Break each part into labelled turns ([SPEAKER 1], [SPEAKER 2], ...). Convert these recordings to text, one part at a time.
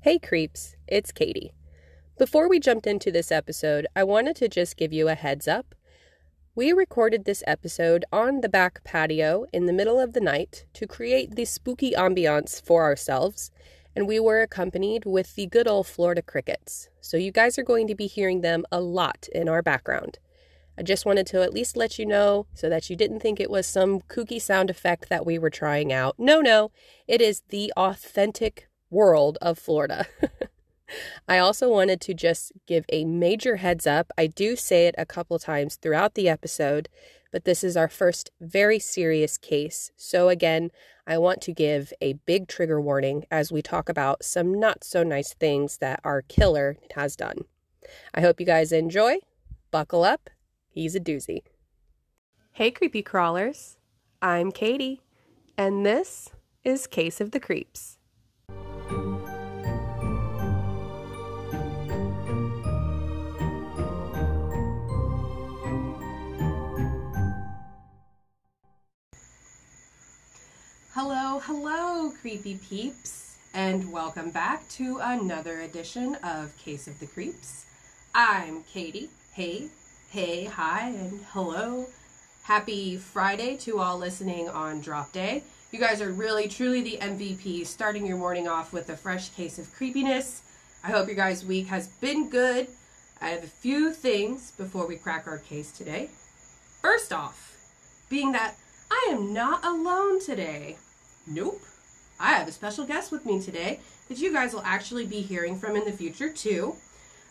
[SPEAKER 1] Hey, creeps, it's Katie. Before we jumped into this episode, I wanted to just give you a heads up. We recorded this episode on the back patio in the middle of the night to create the spooky ambiance for ourselves, and we were accompanied with the good old Florida crickets. So you guys are going to be hearing them a lot in our background. I just wanted to at least let you know so that you didn't think it was some kooky sound effect that we were trying out. No, no, it is the authentic world of Florida. I also wanted to just give a major heads up. I do say it a couple times throughout the episode, but this is our first very serious case. So, again, I want to give a big trigger warning as we talk about some not so nice things that our killer has done. I hope you guys enjoy. Buckle up, he's a doozy. Hey, creepy crawlers. I'm Katie, and this is Case of the Creeps. Hello, hello, creepy peeps, and welcome back to another edition of Case of the Creeps. I'm Katie. Hey, hey, hi, and hello. Happy Friday to all listening on Drop Day. You guys are really, truly the MVP, starting your morning off with a fresh case of creepiness. I hope your guys' week has been good. I have a few things before we crack our case today. First off, being that I am not alone today. Nope. I have a special guest with me today that you guys will actually be hearing from in the future, too.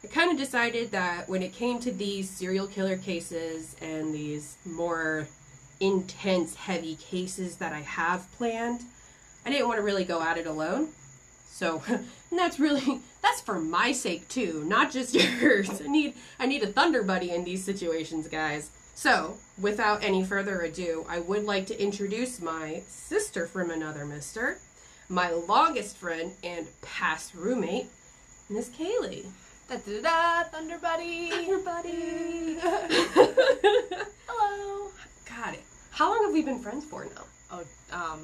[SPEAKER 1] I kind of decided that when it came to these serial killer cases and these more intense, heavy cases that I have planned, I didn't want to really go at it alone. So, and that's really that's for my sake too, not just yours. I need I need a thunder buddy in these situations, guys. So, without any further ado, I would like to introduce my sister from another mister, my longest friend and past roommate, Miss Kaylee.
[SPEAKER 2] Da da da, Thunder Buddy.
[SPEAKER 1] buddy.
[SPEAKER 2] Hello.
[SPEAKER 1] God, how long have we been friends for now?
[SPEAKER 2] Oh, um,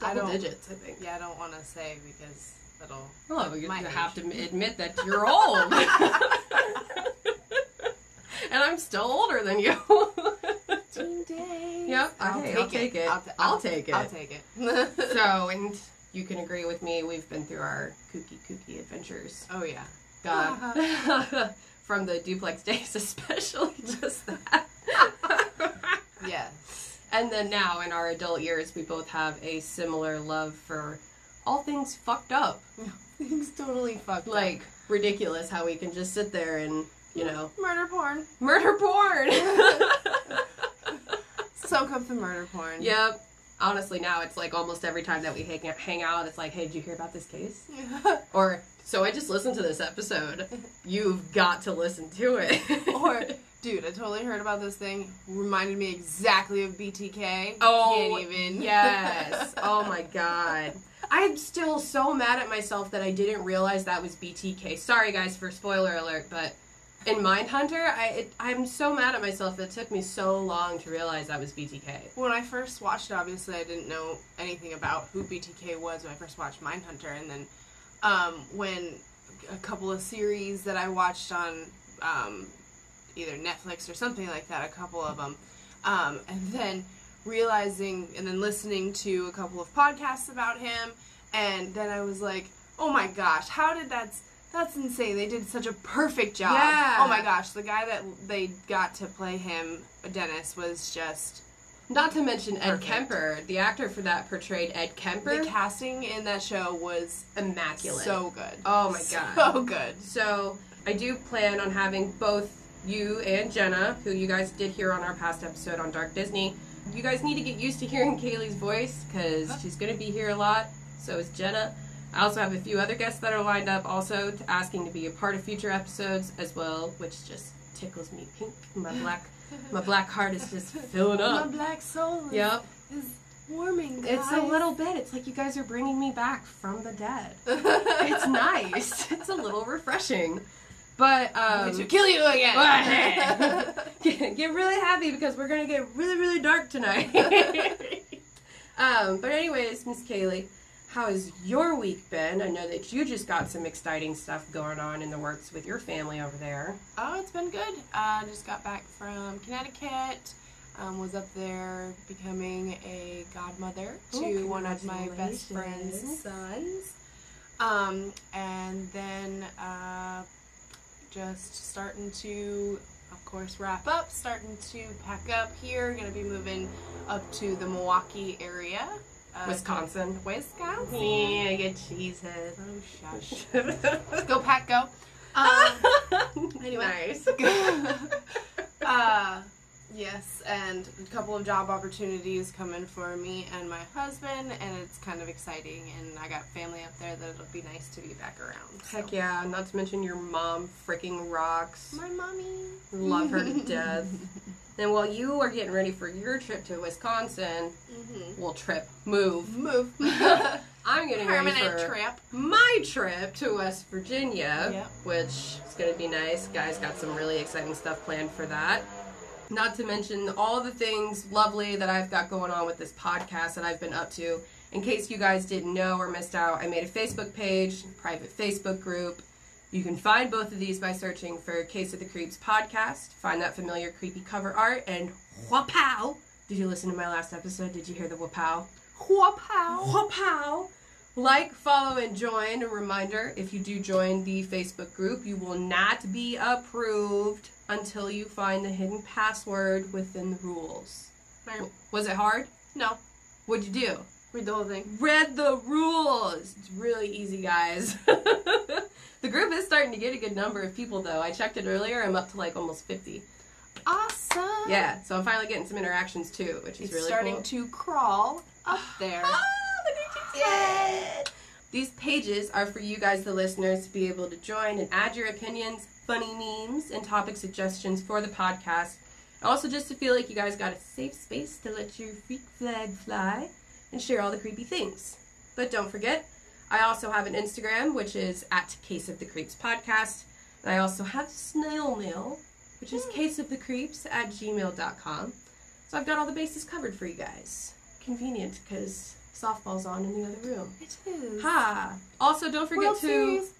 [SPEAKER 2] I
[SPEAKER 1] Double
[SPEAKER 2] don't.
[SPEAKER 1] digits, I think.
[SPEAKER 2] Yeah, I don't want to say because that'll.
[SPEAKER 1] Well, you
[SPEAKER 2] My
[SPEAKER 1] have
[SPEAKER 2] age.
[SPEAKER 1] to admit that you're old. and I'm still older than you.
[SPEAKER 2] days.
[SPEAKER 1] Yep,
[SPEAKER 2] I'll,
[SPEAKER 1] okay,
[SPEAKER 2] take,
[SPEAKER 1] I'll take it.
[SPEAKER 2] I'll, t-
[SPEAKER 1] I'll take
[SPEAKER 2] I'll
[SPEAKER 1] it.
[SPEAKER 2] take it.
[SPEAKER 1] so, and you can agree with me, we've been through our kooky, kooky adventures.
[SPEAKER 2] oh yeah.
[SPEAKER 1] God. From the duplex days, especially just that.
[SPEAKER 2] Yes.
[SPEAKER 1] and then now in our adult years, we both have a similar love for all things fucked up.
[SPEAKER 2] Things totally fucked.
[SPEAKER 1] Like, ridiculous how we can just sit there and, you know,
[SPEAKER 2] up. murder porn.
[SPEAKER 1] murder porn!
[SPEAKER 2] Soak up the murder porn.
[SPEAKER 1] yep. Honestly, now it's like almost every time that we hang, hang out, it's like, hey, did you hear about this case? Or, so I just listened to this episode. You've got to listen to it.
[SPEAKER 2] or, dude, I totally heard about this thing. Reminded me exactly of BTK.
[SPEAKER 1] Oh,
[SPEAKER 2] Can't even.
[SPEAKER 1] Yes. Oh my god. I'm still so mad at myself that I didn't realize that was BTK. Sorry guys for spoiler alert, but in Mindhunter, I it, I'm so mad at myself. It took me so long to realize that was BTK.
[SPEAKER 2] When I first watched it, obviously I didn't know anything about who BTK was when I first watched Mindhunter, and then um, when a couple of series that I watched on um, either Netflix or something like that, a couple of them, um, and then realizing and then listening to a couple of podcasts about him, and then I was like, oh my gosh, how did that? That's insane. They did such a perfect job.
[SPEAKER 1] Yeah.
[SPEAKER 2] Oh my gosh, the guy that they got to play him, Dennis, was just
[SPEAKER 1] Not to mention Ed
[SPEAKER 2] Perfect.
[SPEAKER 1] Kemper. The actor for that portrayed Ed Kemper.
[SPEAKER 2] The casting in that show was
[SPEAKER 1] Immaculate.
[SPEAKER 2] so good.
[SPEAKER 1] Oh my God.
[SPEAKER 2] So good.
[SPEAKER 1] So I do plan on having both you and Jenna, who you guys did hear on our past episode on Dark Disney. You guys need to get used to hearing Kaylee's voice because she's going to be here a lot. So is Jenna. I also have a few other guests that are lined up, also to asking to be a part of future episodes as well, which just tickles me pink. My black, my black heart is just filling
[SPEAKER 2] My
[SPEAKER 1] up.
[SPEAKER 2] black soul is,
[SPEAKER 1] Yep,
[SPEAKER 2] is warming. Guys.
[SPEAKER 1] it's a little bit. It's like you guys are bringing me back from the dead. It's
[SPEAKER 2] it's
[SPEAKER 1] nice. It's a little refreshing, but um,
[SPEAKER 2] to kill you again.
[SPEAKER 1] get, get really happy because we're gonna get really really dark tonight. um, but anyways, Miss Kaylee, How has your week been? I know that you just got some exciting stuff going on in the works with your family over there.
[SPEAKER 2] Oh, it's been good. Uh, just got back from Connecticut. Um, was up there becoming a godmother to
[SPEAKER 1] Oh,
[SPEAKER 2] one of my best friend's
[SPEAKER 1] congratulations.
[SPEAKER 2] sons. Um, and then uh, just starting to, of course, wrap up, starting to pack up here. Gonna be moving up to the Milwaukee area. Uh,
[SPEAKER 1] Wisconsin.
[SPEAKER 2] Wisconsin.
[SPEAKER 1] get cheesehead.
[SPEAKER 2] Oh, shush. Go, pack, go. Um,
[SPEAKER 1] anyway.
[SPEAKER 2] uh, yes, and a couple of job opportunities coming for me and my husband, and it's kind of exciting. And I got family up there that it'll be nice to be back around. so.
[SPEAKER 1] Heck yeah, not to mention your mom freaking rocks.
[SPEAKER 2] My mommy.
[SPEAKER 1] Love her to death. And while you are getting ready for your trip to Wisconsin,
[SPEAKER 2] hmm
[SPEAKER 1] we'll trip, move.
[SPEAKER 2] Move.
[SPEAKER 1] I'm getting ready
[SPEAKER 2] Permanent
[SPEAKER 1] for
[SPEAKER 2] trip.
[SPEAKER 1] my trip to West Virginia,
[SPEAKER 2] Yep.
[SPEAKER 1] which is going to be nice. Guys got some really exciting stuff planned for that. Not to mention all the things lovely that I've got going on with this podcast that I've been up to. In case you guys didn't know or missed out, I made a Facebook page, private Facebook group. You can find both of these by searching for Case of the Creeps podcast. Find that familiar creepy cover art and whapow. Did you listen to my last episode? Did you hear the whapow?
[SPEAKER 2] Whoop-how.
[SPEAKER 1] Whoop-how. Like, follow, and join. A reminder if you do join the Facebook group, you will not be approved until you find the hidden password within the rules. W- Was it hard?
[SPEAKER 2] No.
[SPEAKER 1] What'd you do?
[SPEAKER 2] Read the whole thing.
[SPEAKER 1] Read the rules! It's really easy, guys. the group is starting to get a good number of people, though. I checked it earlier, I'm up to like almost 50.
[SPEAKER 2] Awesome.
[SPEAKER 1] Yeah, so I'm finally getting some interactions too, which is
[SPEAKER 2] It's
[SPEAKER 1] really
[SPEAKER 2] starting
[SPEAKER 1] cool.
[SPEAKER 2] to crawl up there.
[SPEAKER 1] These pages are for you guys, the listeners, to be able to join and add your opinions, funny memes, and topic suggestions for the podcast. And also, just to feel like you guys got a safe space to let your freak flag fly and share all the creepy things. But don't forget, I also have an Instagram, which is at Case of the Creeps Podcast. And I also have snail mail, which is case of the creeps at gmail.com. So I've got all the bases covered for you guys. Convenient because softball's on in the other room.
[SPEAKER 2] It is.
[SPEAKER 1] Ha! Also, don't forget
[SPEAKER 2] World
[SPEAKER 1] to.
[SPEAKER 2] Series.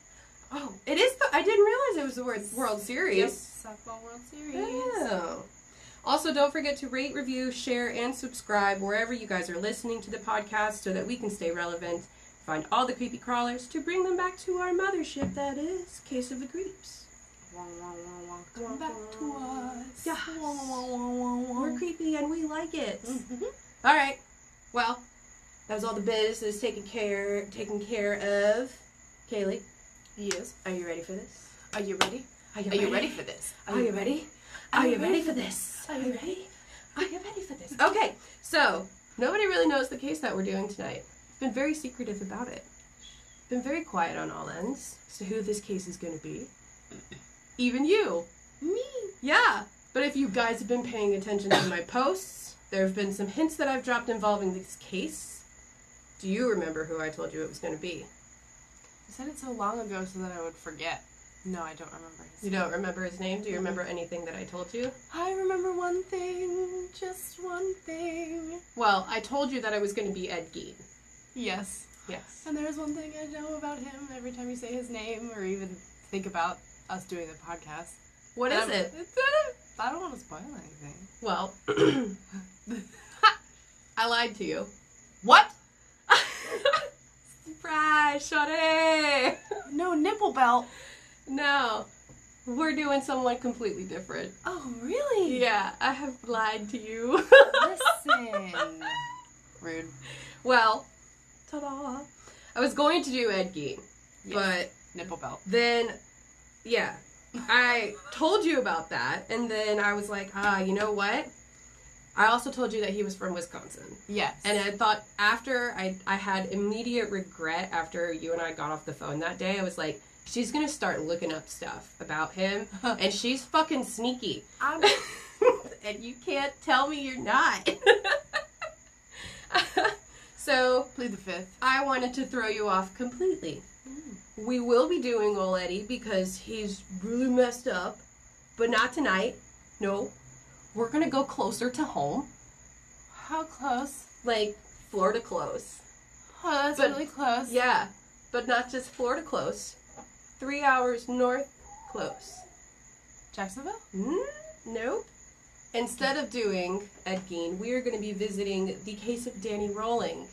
[SPEAKER 1] Oh, it is the. I didn't realize it was the word World Series.
[SPEAKER 2] Yep. Softball World Series.
[SPEAKER 1] Oh. Also, don't forget to rate, review, share, and subscribe wherever you guys are listening to the podcast so that we can stay relevant, find all the creepy crawlers to bring them back to our mothership that is Case of the Creeps.
[SPEAKER 2] Wah, wah, wah, wah. Come back to us.
[SPEAKER 1] Yes.
[SPEAKER 2] Wah, wah, wah, wah, wah.
[SPEAKER 1] We're creepy and we like it.
[SPEAKER 2] Mhm.
[SPEAKER 1] All right. Well, that was all the biz that was taken care taken care of. Kaylee,
[SPEAKER 2] Yes.
[SPEAKER 1] are you ready for this?
[SPEAKER 2] Are you ready?
[SPEAKER 1] Are you,
[SPEAKER 2] Are you ready for this?
[SPEAKER 1] Are you ready? Are you ready for this? Are you ready? Are you ready for this? Okay, so nobody really knows the case that we're doing tonight. Been very secretive about it. Been very quiet on all ends as to who this case is going to be. Even you.
[SPEAKER 2] Me.
[SPEAKER 1] Yeah, but if you guys have been paying attention to my posts, there have been some hints that I've dropped involving this case. Do you remember who I told you it was going to be?
[SPEAKER 2] You said it so long ago so that I would forget. No, I don't remember.
[SPEAKER 1] You don't remember his name? Do you remember anything that I told you?
[SPEAKER 2] I remember one thing, just one thing.
[SPEAKER 1] Well, I told you that I was going to be Ed Gein.
[SPEAKER 2] Yes.
[SPEAKER 1] Yes.
[SPEAKER 2] And there's one thing I know about him every time you say his name or even think about us doing the podcast.
[SPEAKER 1] What is
[SPEAKER 2] Um, uh,
[SPEAKER 1] it?
[SPEAKER 2] I don't want to spoil anything.
[SPEAKER 1] Well, I lied to you.
[SPEAKER 2] What?
[SPEAKER 1] Surprise, Sade!
[SPEAKER 2] No nipple belt.
[SPEAKER 1] No, we're doing someone completely different.
[SPEAKER 2] Oh, really?
[SPEAKER 1] Yeah, I have lied to you.
[SPEAKER 2] Listen. Rude.
[SPEAKER 1] well, ta da! I was going to do Ed Gein, but
[SPEAKER 2] Nipple belt.
[SPEAKER 1] then, yeah, I told you about that, and then I was like, ah, you know what? I also told you that he was from Wisconsin.
[SPEAKER 2] Yes.
[SPEAKER 1] And I thought after I, I had immediate regret after you and I got off the phone that day. I was like, she's gonna start looking up stuff about him, and she's fucking sneaky.
[SPEAKER 2] I'm
[SPEAKER 1] and you can't tell me you're not. so
[SPEAKER 2] plead the fifth.
[SPEAKER 1] I wanted to throw you off completely. We will be doing Ol' Eddie because he's really messed up, but not tonight. No, we're gonna go closer to home,
[SPEAKER 2] How close?
[SPEAKER 1] like Florida close.
[SPEAKER 2] Oh, that's
[SPEAKER 1] But-
[SPEAKER 2] really close.
[SPEAKER 1] Yeah, but not just Florida close. Three hours north close.
[SPEAKER 2] Jacksonville?
[SPEAKER 1] Mm, nope. Instead of doing Ed Gein, we are going to be visiting the case of Danny Rolling,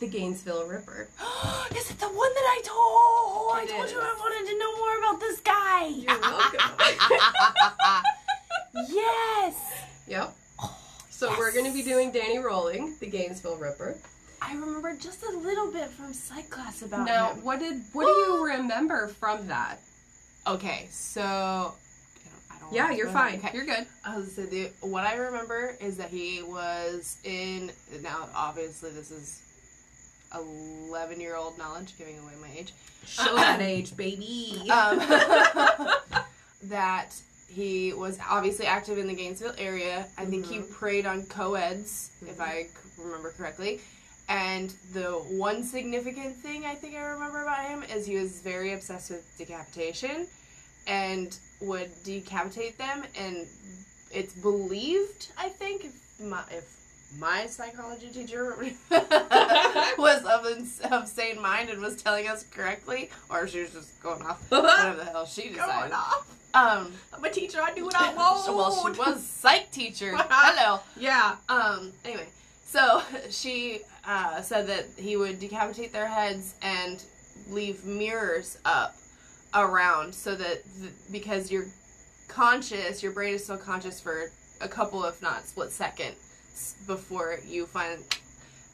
[SPEAKER 1] the Gainesville Ripper.
[SPEAKER 2] Is it the one that I told? Oh,
[SPEAKER 1] It
[SPEAKER 2] I told
[SPEAKER 1] is.
[SPEAKER 2] you I wanted to know more about this guy.
[SPEAKER 1] You're welcome.
[SPEAKER 2] yes.
[SPEAKER 1] yep. So we're going to be doing Danny Rolling, the Gainesville Ripper.
[SPEAKER 2] I remember just a little bit from psych class about
[SPEAKER 1] Now,
[SPEAKER 2] him.
[SPEAKER 1] what did what do you remember from that?
[SPEAKER 2] Okay, so
[SPEAKER 1] Oh,
[SPEAKER 2] I don't, I don't
[SPEAKER 1] Yeah,
[SPEAKER 2] wanna
[SPEAKER 1] you're
[SPEAKER 2] go
[SPEAKER 1] fine.
[SPEAKER 2] there. Okay.
[SPEAKER 1] You're good.
[SPEAKER 2] I was gonna say the, what I remember is that he was in. Now, obviously, this is eleven-year-old knowledge, giving away my age.
[SPEAKER 1] Show that age, baby.
[SPEAKER 2] Um, that he was obviously active in the Gainesville area. I think he preyed on co-eds, if I c- remember correctly. And the one significant thing I think I remember about him is he was very obsessed with decapitation and would decapitate them. And it's believed, I think, if my, if my psychology teacher was of, ins- of sane mind and was telling us correctly, or she was just going off whatever the hell she decided.
[SPEAKER 1] off.
[SPEAKER 2] Um,
[SPEAKER 1] I'm a teacher. I do what
[SPEAKER 2] well, she was psych teacher. Hello.
[SPEAKER 1] Yeah.
[SPEAKER 2] Um, anyway, so she uh, said that he would decapitate their heads and leave mirrors up around so that th- because you're conscious, your brain is still conscious for a couple, if not split seconds, before you find.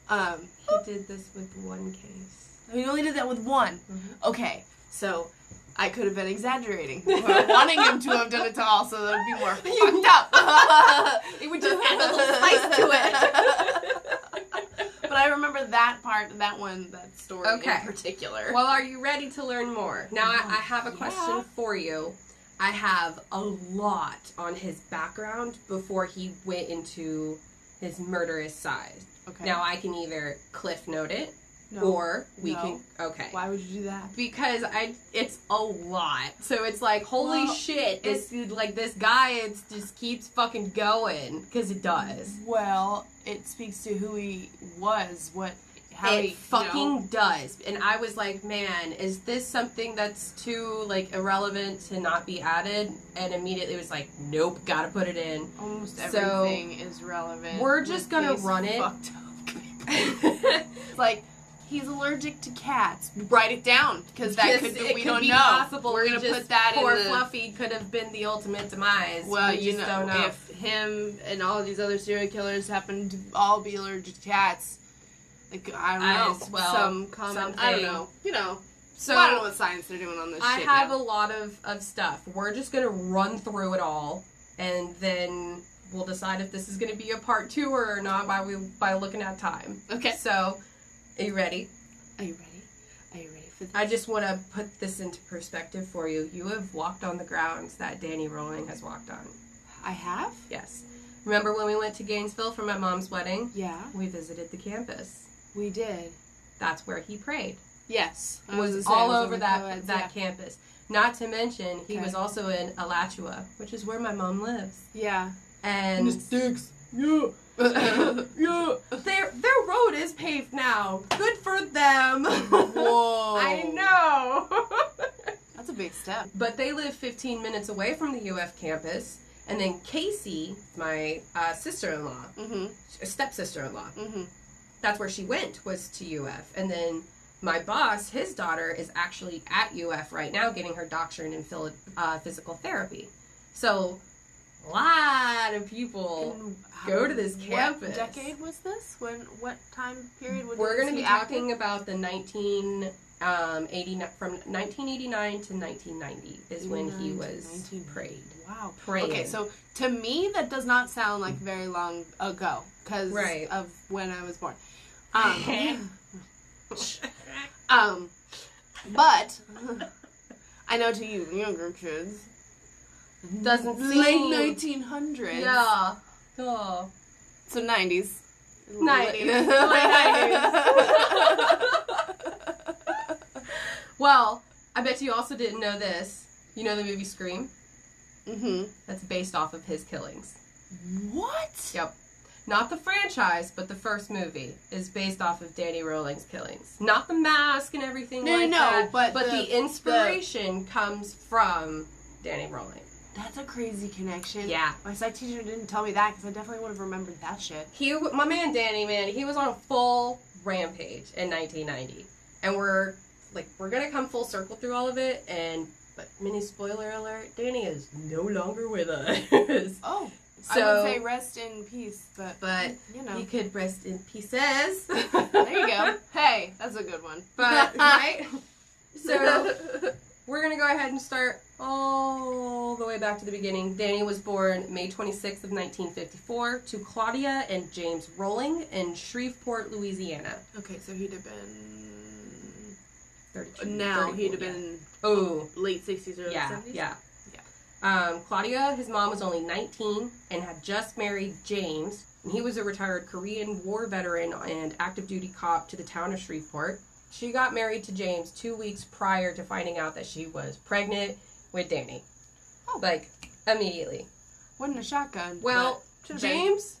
[SPEAKER 2] Um,
[SPEAKER 1] He did this with one case.
[SPEAKER 2] we only did that with one.
[SPEAKER 1] Mm-hmm.
[SPEAKER 2] Okay, so I could have been exaggerating, or wanting him to have done it to all, so that would be more fucked up.
[SPEAKER 1] It would just add a little spice to it.
[SPEAKER 2] but I remember that part, that one, that story
[SPEAKER 1] Okay.
[SPEAKER 2] in particular.
[SPEAKER 1] well, are you ready to learn more? Now, I, I have a
[SPEAKER 2] Yeah.
[SPEAKER 1] question for you. I have a lot on his background before he went into his murderous side.
[SPEAKER 2] okay.
[SPEAKER 1] Now, I can either cliff note it
[SPEAKER 2] No.
[SPEAKER 1] or we
[SPEAKER 2] No.
[SPEAKER 1] can. Okay.
[SPEAKER 2] why would you do that?
[SPEAKER 1] because I it's a lot. So it's like holy
[SPEAKER 2] Well,
[SPEAKER 1] shit, this dude like this guy it's just keeps fucking going because it does.
[SPEAKER 2] Well, it speaks to who he was, what, how
[SPEAKER 1] it
[SPEAKER 2] he you
[SPEAKER 1] fucking
[SPEAKER 2] know.
[SPEAKER 1] does. And I was like, man, is this something that's too like irrelevant to not be added? And immediately was like, nope, gotta put it in.
[SPEAKER 2] almost
[SPEAKER 1] So,
[SPEAKER 2] everything is relevant.
[SPEAKER 1] we're just
[SPEAKER 2] with
[SPEAKER 1] gonna
[SPEAKER 2] these
[SPEAKER 1] run it.
[SPEAKER 2] fucked up people. It's like he's allergic to cats. Write it down because that
[SPEAKER 1] Yes,
[SPEAKER 2] could be,
[SPEAKER 1] it
[SPEAKER 2] we don't
[SPEAKER 1] be
[SPEAKER 2] know.
[SPEAKER 1] Possible.
[SPEAKER 2] We're
[SPEAKER 1] We
[SPEAKER 2] gonna
[SPEAKER 1] just-
[SPEAKER 2] put that
[SPEAKER 1] poor
[SPEAKER 2] in the.
[SPEAKER 1] Fluffy could have been the ultimate demise.
[SPEAKER 2] Well,
[SPEAKER 1] we
[SPEAKER 2] you
[SPEAKER 1] just
[SPEAKER 2] know,
[SPEAKER 1] don't know.
[SPEAKER 2] if him and all of these other serial killers happen to all be allergic to cats, like I don't
[SPEAKER 1] I-
[SPEAKER 2] know,
[SPEAKER 1] well,
[SPEAKER 2] some common, I don't
[SPEAKER 1] something.
[SPEAKER 2] know, you know.
[SPEAKER 1] so
[SPEAKER 2] I don't know what science they're doing on this
[SPEAKER 1] I
[SPEAKER 2] shit.
[SPEAKER 1] have
[SPEAKER 2] now.
[SPEAKER 1] a lot of, of stuff. We're just gonna run through it all, and then we'll decide if this is gonna be a part two or not by we by looking at time.
[SPEAKER 2] okay.
[SPEAKER 1] So, are you ready?
[SPEAKER 2] Are you ready? Are you ready for this?
[SPEAKER 1] I just want to put this into perspective for you. You have walked on the grounds that Danny Rowling has walked on.
[SPEAKER 2] I have.
[SPEAKER 1] Yes. Remember when we went to Gainesville for my mom's wedding?
[SPEAKER 2] Yeah,
[SPEAKER 1] We visited the campus.
[SPEAKER 2] we did.
[SPEAKER 1] That's where he prayed.
[SPEAKER 2] Yes, I
[SPEAKER 1] was,
[SPEAKER 2] gonna say,
[SPEAKER 1] all
[SPEAKER 2] I was on
[SPEAKER 1] over
[SPEAKER 2] the
[SPEAKER 1] that
[SPEAKER 2] co-eds,
[SPEAKER 1] that campus. Not to mention, he
[SPEAKER 2] Okay.
[SPEAKER 1] was also in Alachua, which is where my mom lives.
[SPEAKER 2] Yeah.
[SPEAKER 1] and
[SPEAKER 2] sticks. Yeah.
[SPEAKER 1] yeah, their their road is paved now. Good for them.
[SPEAKER 2] Whoa.
[SPEAKER 1] I know.
[SPEAKER 2] That's a big step.
[SPEAKER 1] but they live 15 minutes away from the UF campus, and then Casey, my uh, sister-in-law,
[SPEAKER 2] Mm-hmm.
[SPEAKER 1] stepsister-in-law,
[SPEAKER 2] Mm-hmm.
[SPEAKER 1] that's where she went was to UF, and then. My boss, his daughter, is actually at UF right now getting her doctorate in phil- uh, physical therapy. So, a lot of people Go to this campus.
[SPEAKER 2] What decade was this? When? What time period? Would
[SPEAKER 1] We're
[SPEAKER 2] this
[SPEAKER 1] going to be
[SPEAKER 2] active?
[SPEAKER 1] talking about the 19 um, 89 from 1989 to 1990 is when he
[SPEAKER 2] 89 to
[SPEAKER 1] was
[SPEAKER 2] 1990.
[SPEAKER 1] prayed.
[SPEAKER 2] Wow.
[SPEAKER 1] Praying.
[SPEAKER 2] Okay, so to me that does not sound like very long ago because
[SPEAKER 1] Right.
[SPEAKER 2] of when I was born. Um, um, but I know to you younger kids,
[SPEAKER 1] doesn't
[SPEAKER 2] late
[SPEAKER 1] seem
[SPEAKER 2] nineteen hundreds,
[SPEAKER 1] Yeah. Oh.
[SPEAKER 2] so nineties,
[SPEAKER 1] 90s. Late 90s. Well, I bet you also didn't know this. You know the movie Scream?
[SPEAKER 2] mm-hmm.
[SPEAKER 1] That's based off of his killings.
[SPEAKER 2] What?
[SPEAKER 1] Yep. not the franchise, but the first movie is based off of Danny Rowling's killings. Not the mask and everything
[SPEAKER 2] No, no,
[SPEAKER 1] like
[SPEAKER 2] no,
[SPEAKER 1] that,
[SPEAKER 2] but
[SPEAKER 1] but
[SPEAKER 2] the-
[SPEAKER 1] the, inspiration comes from Danny Rowling.
[SPEAKER 2] That's a crazy connection.
[SPEAKER 1] Yeah.
[SPEAKER 2] My psych teacher didn't tell me that because I definitely would have remembered that shit.
[SPEAKER 1] He, w- my man Danny, man, he was on a full rampage in 1990, and we're like, we're gonna come full circle through all of it. And but mini spoiler alert, Danny is no longer with us.
[SPEAKER 2] Oh. I
[SPEAKER 1] so
[SPEAKER 2] would say rest in peace, but
[SPEAKER 1] But
[SPEAKER 2] you know,
[SPEAKER 1] you could rest in pieces.
[SPEAKER 2] there you go. Hey, that's a good one.
[SPEAKER 1] But right, so we're gonna go ahead and start all the way back to the beginning. Danny was born May 26th of 1954 to Claudia and James Rolling in Shreveport, Louisiana.
[SPEAKER 2] okay, so he'd have been
[SPEAKER 1] 32,
[SPEAKER 2] now Uh, he'd
[SPEAKER 1] 34,
[SPEAKER 2] have
[SPEAKER 1] yeah.
[SPEAKER 2] been
[SPEAKER 1] Oh,
[SPEAKER 2] late sixties, early
[SPEAKER 1] yeah,
[SPEAKER 2] seventies.
[SPEAKER 1] yeah. Um, Claudia, his mom was only 19 and had just married James. And he was a retired Korean War veteran and active duty cop to the town of Shreveport. She got married to James two weeks prior to finding out that she was pregnant with Danny.
[SPEAKER 2] Oh.
[SPEAKER 1] Like, immediately.
[SPEAKER 2] Wasn't a shotgun.
[SPEAKER 1] Well,
[SPEAKER 2] but should've been.
[SPEAKER 1] James,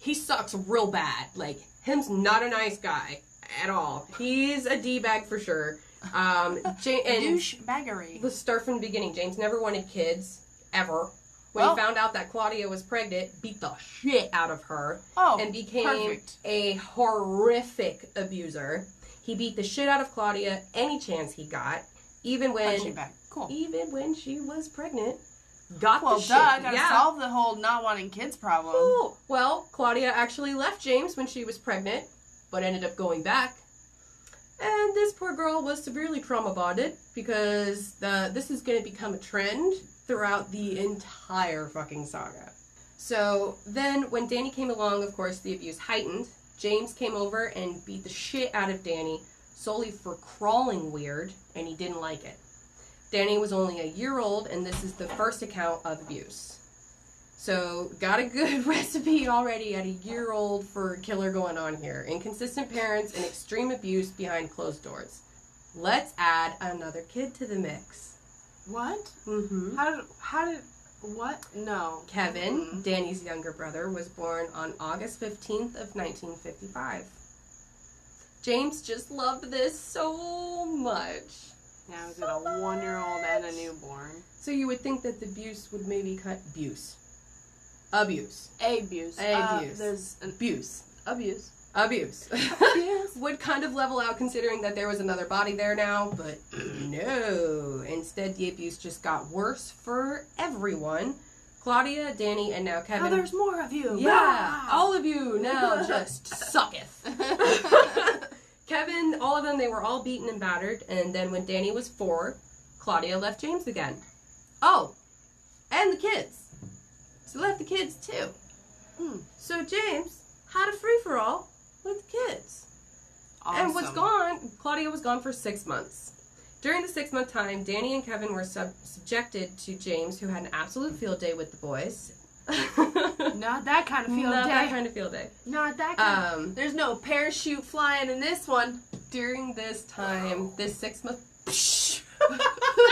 [SPEAKER 1] he sucks real bad. Like, him's not a nice guy at all. He's a D bag for sure. Um, ja- and
[SPEAKER 2] douchebaggery.
[SPEAKER 1] the start from the beginning. James never wanted kids ever. When
[SPEAKER 2] Well-
[SPEAKER 1] he found out that Claudia was pregnant, beat the shit out of her
[SPEAKER 2] Oh,
[SPEAKER 1] and became
[SPEAKER 2] perfect.
[SPEAKER 1] a horrific abuser. He beat the shit out of Claudia any chance he got, even
[SPEAKER 2] punching
[SPEAKER 1] when
[SPEAKER 2] bag. Cool.
[SPEAKER 1] even when she was pregnant. Got
[SPEAKER 2] Well,
[SPEAKER 1] the
[SPEAKER 2] duh,
[SPEAKER 1] shit.
[SPEAKER 2] gotta
[SPEAKER 1] yeah.
[SPEAKER 2] solve the whole not wanting kids problem.
[SPEAKER 1] Cool. Oh, Well, Claudia actually left James when she was pregnant, but ended up going back. And this poor girl was severely trauma bonded because the, this is going to become a trend throughout the entire fucking saga. So then, when Danny came along, of course, the abuse heightened. James came over and beat the shit out of Danny solely for crawling weird, and he didn't like it. Danny was only a year old, and this is the first account of abuse. So, got a good recipe already at a year old for a killer going on here. Inconsistent parents and extreme abuse behind closed doors. Let's add another kid to the mix.
[SPEAKER 2] What?
[SPEAKER 1] Mm-hmm.
[SPEAKER 2] How did? How did? What? No.
[SPEAKER 1] Kevin,
[SPEAKER 2] Mm-mm.
[SPEAKER 1] Danny's younger brother, was born on August 15th of 1955. James just loved this so much.
[SPEAKER 2] Now he's got a one-year-old and a newborn.
[SPEAKER 1] So you would think that the abuse would maybe cut abuse. Abuse.
[SPEAKER 2] Abuse. Uh,
[SPEAKER 1] Abuse.
[SPEAKER 2] there's an
[SPEAKER 1] Abuse.
[SPEAKER 2] abuse.
[SPEAKER 1] Abuse.
[SPEAKER 2] Abuse.
[SPEAKER 1] would kind of level out considering that there was another body there now, but no. Instead, the abuse just got worse for everyone. Claudia, Danny, and now
[SPEAKER 2] Oh,
[SPEAKER 1] Kevin.
[SPEAKER 2] there's more of you.
[SPEAKER 1] yeah, all of you now just sucketh. Kevin, all of them, they were all beaten and battered. And then when Danny was four, Claudia left James again. Oh, and the kids. She left the kids too.
[SPEAKER 2] Hmm.
[SPEAKER 1] So James had a free for all with the kids
[SPEAKER 2] Oh,
[SPEAKER 1] and was
[SPEAKER 2] Awesome.
[SPEAKER 1] gone. Claudia was gone for six months. During the six month time, Danny and Kevin were sub- subjected to James, who had an absolute field day with the boys.
[SPEAKER 2] Not that kind of field
[SPEAKER 1] Not
[SPEAKER 2] day.
[SPEAKER 1] that kind of field day.
[SPEAKER 2] Not that kind.
[SPEAKER 1] Um,
[SPEAKER 2] There's no parachute flying in this one.
[SPEAKER 1] during this time, this six month.
[SPEAKER 2] You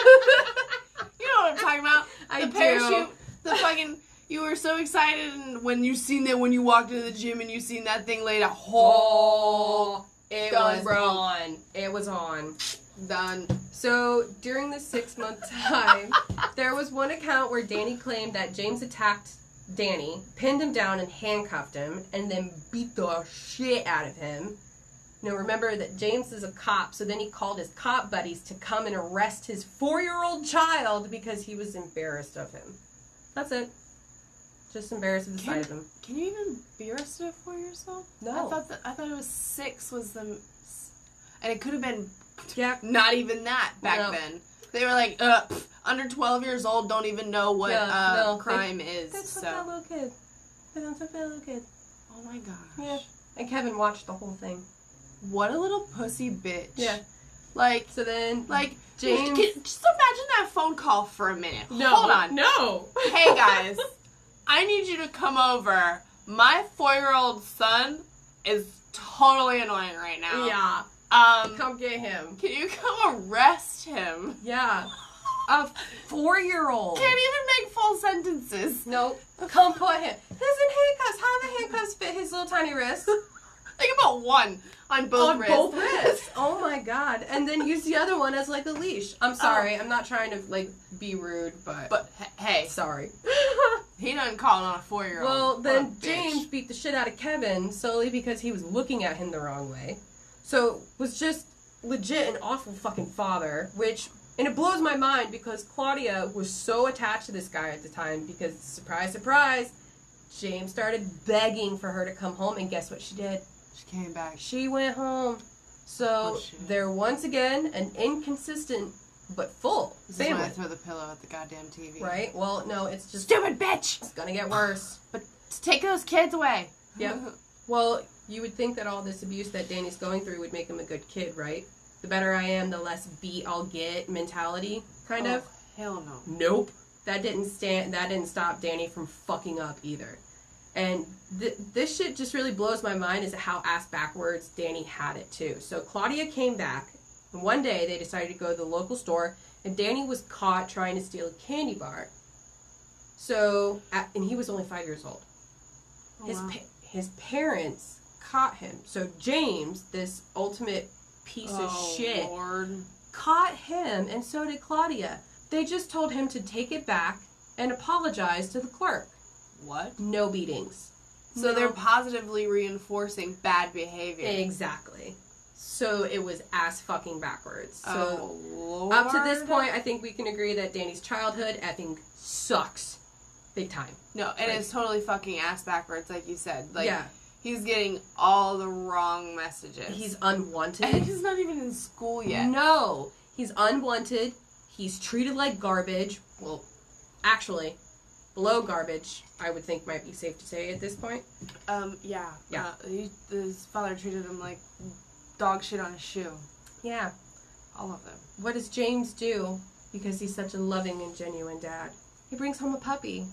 [SPEAKER 2] know what I'm talking about.
[SPEAKER 1] I
[SPEAKER 2] the parachute,
[SPEAKER 1] do.
[SPEAKER 2] the fucking. You were so excited and when you seen that when you walked into the gym and you seen that thing laid a whole
[SPEAKER 1] Oh, it
[SPEAKER 2] Done,
[SPEAKER 1] was
[SPEAKER 2] bro.
[SPEAKER 1] on. It was on.
[SPEAKER 2] done.
[SPEAKER 1] So during the six month time, there was one account where Danny claimed that James attacked Danny, pinned him down, and handcuffed him, and then beat the shit out of him. Now remember that James is a cop, so then he called his cop buddies to come and arrest his four year old child because he was embarrassed of him. That's it. Just embarrassed of the sight of him.
[SPEAKER 2] Can you even be arrested for yourself?
[SPEAKER 1] No.
[SPEAKER 2] I thought that I thought it was six was the, s- and it could have been
[SPEAKER 1] Yeah.
[SPEAKER 2] not even that back
[SPEAKER 1] No.
[SPEAKER 2] then. They were like uh, pff, under twelve years old, don't even know what
[SPEAKER 1] Yeah,
[SPEAKER 2] uh,
[SPEAKER 1] no, they-
[SPEAKER 2] crime is.
[SPEAKER 1] That's
[SPEAKER 2] So.
[SPEAKER 1] so. that little kid. That's what that little kid.
[SPEAKER 2] Oh my gosh.
[SPEAKER 1] Yeah. And Kevin watched the whole thing.
[SPEAKER 2] What a little pussy bitch.
[SPEAKER 1] Yeah.
[SPEAKER 2] Like,
[SPEAKER 1] So then,
[SPEAKER 2] like,
[SPEAKER 1] James-
[SPEAKER 2] Just, just imagine that phone call for a minute.
[SPEAKER 1] No.
[SPEAKER 2] Hold on.
[SPEAKER 1] No.
[SPEAKER 2] Hey guys, I need you to come over. My four-year-old son is totally annoying right now.
[SPEAKER 1] yeah.
[SPEAKER 2] Um,
[SPEAKER 1] Come get him.
[SPEAKER 2] can you come arrest him? Uh,
[SPEAKER 1] Yeah. a four-year-old.
[SPEAKER 2] Can't e- even make full sentences.
[SPEAKER 1] Nope. Come put him. He's in handcuffs. How the handcuffs fit his little tiny wrist?
[SPEAKER 2] Think about one on both
[SPEAKER 1] on
[SPEAKER 2] wrists.
[SPEAKER 1] both wrists. Oh my god! And then use the other one as like a leash. I'm sorry. I'm not trying to like be rude, but,
[SPEAKER 2] but h- hey,
[SPEAKER 1] sorry.
[SPEAKER 2] he done calling on a four year old.
[SPEAKER 1] well, then James beat the shit out of Kevin solely because he was looking at him the wrong way. So was just legit an awful fucking father, which. And it blows my mind because Claudia was so attached to this guy at the time because, surprise, surprise, James started begging for her to come home, and guess what she did?
[SPEAKER 2] She came back.
[SPEAKER 1] She went home. So
[SPEAKER 2] Oh, shit.
[SPEAKER 1] they're once again an inconsistent but full
[SPEAKER 2] This is when I
[SPEAKER 1] family,
[SPEAKER 2] throw the pillow at the goddamn TV.
[SPEAKER 1] right? Well, no, it's just
[SPEAKER 2] Stupid bitch!
[SPEAKER 1] it's gonna get worse.
[SPEAKER 2] But take those kids away. Oh,
[SPEAKER 1] Yep. Well, you would think that all this abuse that Danny's going through would make him a good kid, right? The better I am, the less beat I'll get mentality, kind
[SPEAKER 2] Oh,
[SPEAKER 1] of.
[SPEAKER 2] Hell no.
[SPEAKER 1] Nope. That didn't stand. That didn't stop Danny from fucking up either. And th- this shit just really blows my mind is how ass backwards Danny had it too. So Claudia came back, and one day they decided to go to the local store, and Danny was caught trying to steal a candy bar. So, at, and he was only five years old. His
[SPEAKER 2] Oh, Wow.
[SPEAKER 1] pa- his parents caught him. So James, this ultimate piece
[SPEAKER 2] Oh,
[SPEAKER 1] of shit,
[SPEAKER 2] Lord.
[SPEAKER 1] caught him and so did Claudia. They just told him to take it back and apologize to the clerk.
[SPEAKER 2] What?
[SPEAKER 1] No beatings.
[SPEAKER 2] So they're positively reinforcing bad behavior.
[SPEAKER 1] exactly. So it was ass fucking backwards. So
[SPEAKER 2] oh, Lord.
[SPEAKER 1] up to this point, I think we can agree that Danny's childhood effing sucks, big time.
[SPEAKER 2] No, and
[SPEAKER 1] Like-
[SPEAKER 2] it's totally fucking ass backwards, like you said. Like,
[SPEAKER 1] yeah,
[SPEAKER 2] he's getting all the wrong messages.
[SPEAKER 1] he's
[SPEAKER 2] and
[SPEAKER 1] unwanted.
[SPEAKER 2] he's not even in school yet.
[SPEAKER 1] No, he's unwanted. He's treated like garbage. Well, actually, below garbage, I would think might be safe to say at this point.
[SPEAKER 2] Um, yeah.
[SPEAKER 1] Yeah.
[SPEAKER 2] Uh, he, his father treated him like dog shit on a shoe.
[SPEAKER 1] Yeah.
[SPEAKER 2] All of them.
[SPEAKER 1] What does James do? Because he's such a loving and genuine dad. He brings home a puppy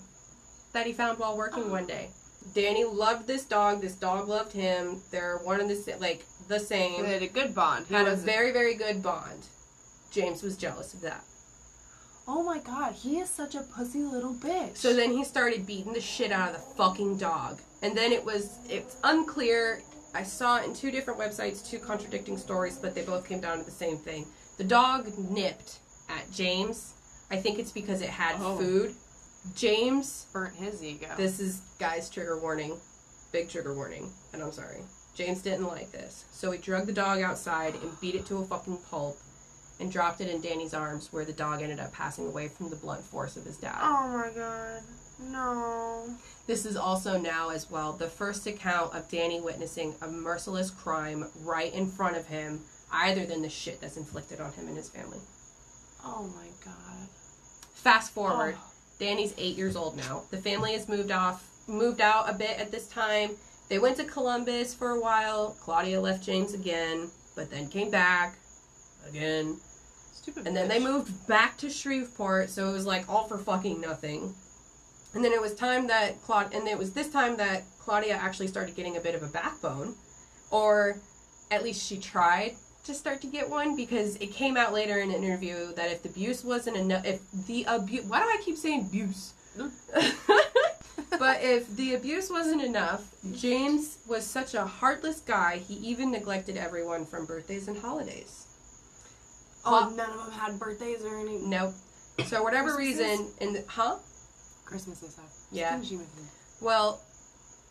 [SPEAKER 1] that he found while working one day. Danny loved this dog. This dog loved him. They're one of the sa- like the same.
[SPEAKER 2] They had a good bond. He
[SPEAKER 1] Had a
[SPEAKER 2] wasn't-
[SPEAKER 1] very very good bond. James was jealous of that.
[SPEAKER 2] Oh my god, he is such a pussy little bitch.
[SPEAKER 1] So then he started beating the shit out of the fucking dog. And then it was it's unclear. I saw it in two different websites, two contradicting stories, but they both came down to the same thing. The dog nipped at James. I think it's because it had
[SPEAKER 2] Oh.
[SPEAKER 1] food. James,
[SPEAKER 2] burnt his ego.
[SPEAKER 1] this is guys trigger warning. Big trigger warning. And I'm sorry. James didn't like this. So he drug the dog outside and beat it to a fucking pulp and dropped it in Danny's arms where the dog ended up passing away from the blunt force of his dad.
[SPEAKER 2] oh my god. No.
[SPEAKER 1] This is also now, as well, the first account of Danny witnessing a merciless crime right in front of him, either than the shit that's inflicted on him and his family.
[SPEAKER 2] Oh my god.
[SPEAKER 1] Fast forward, Danny's eight years old now. The family has moved off, moved out a bit at this time. They went to Columbus for a while. Claudia left James again, but then came back again.
[SPEAKER 2] Stupid
[SPEAKER 1] And then they
[SPEAKER 2] bitch.
[SPEAKER 1] moved back to Shreveport, so it was like all for fucking nothing. And then it was time that Claud and it was this time that Claudia actually started getting a bit of a backbone, or at least she tried to start to get one because it came out later in an interview that if the abuse wasn't enough, if the abuse, why do I keep saying abuse? but if the abuse wasn't enough, James was such a heartless guy. He even neglected everyone from birthdays and holidays.
[SPEAKER 2] Oh, none of them had birthdays or any
[SPEAKER 1] Nope. So whatever
[SPEAKER 2] Christmases?
[SPEAKER 1] reason, and the, huh?
[SPEAKER 2] Christmases have.
[SPEAKER 1] Yeah.
[SPEAKER 2] Stingy with them.
[SPEAKER 1] Well,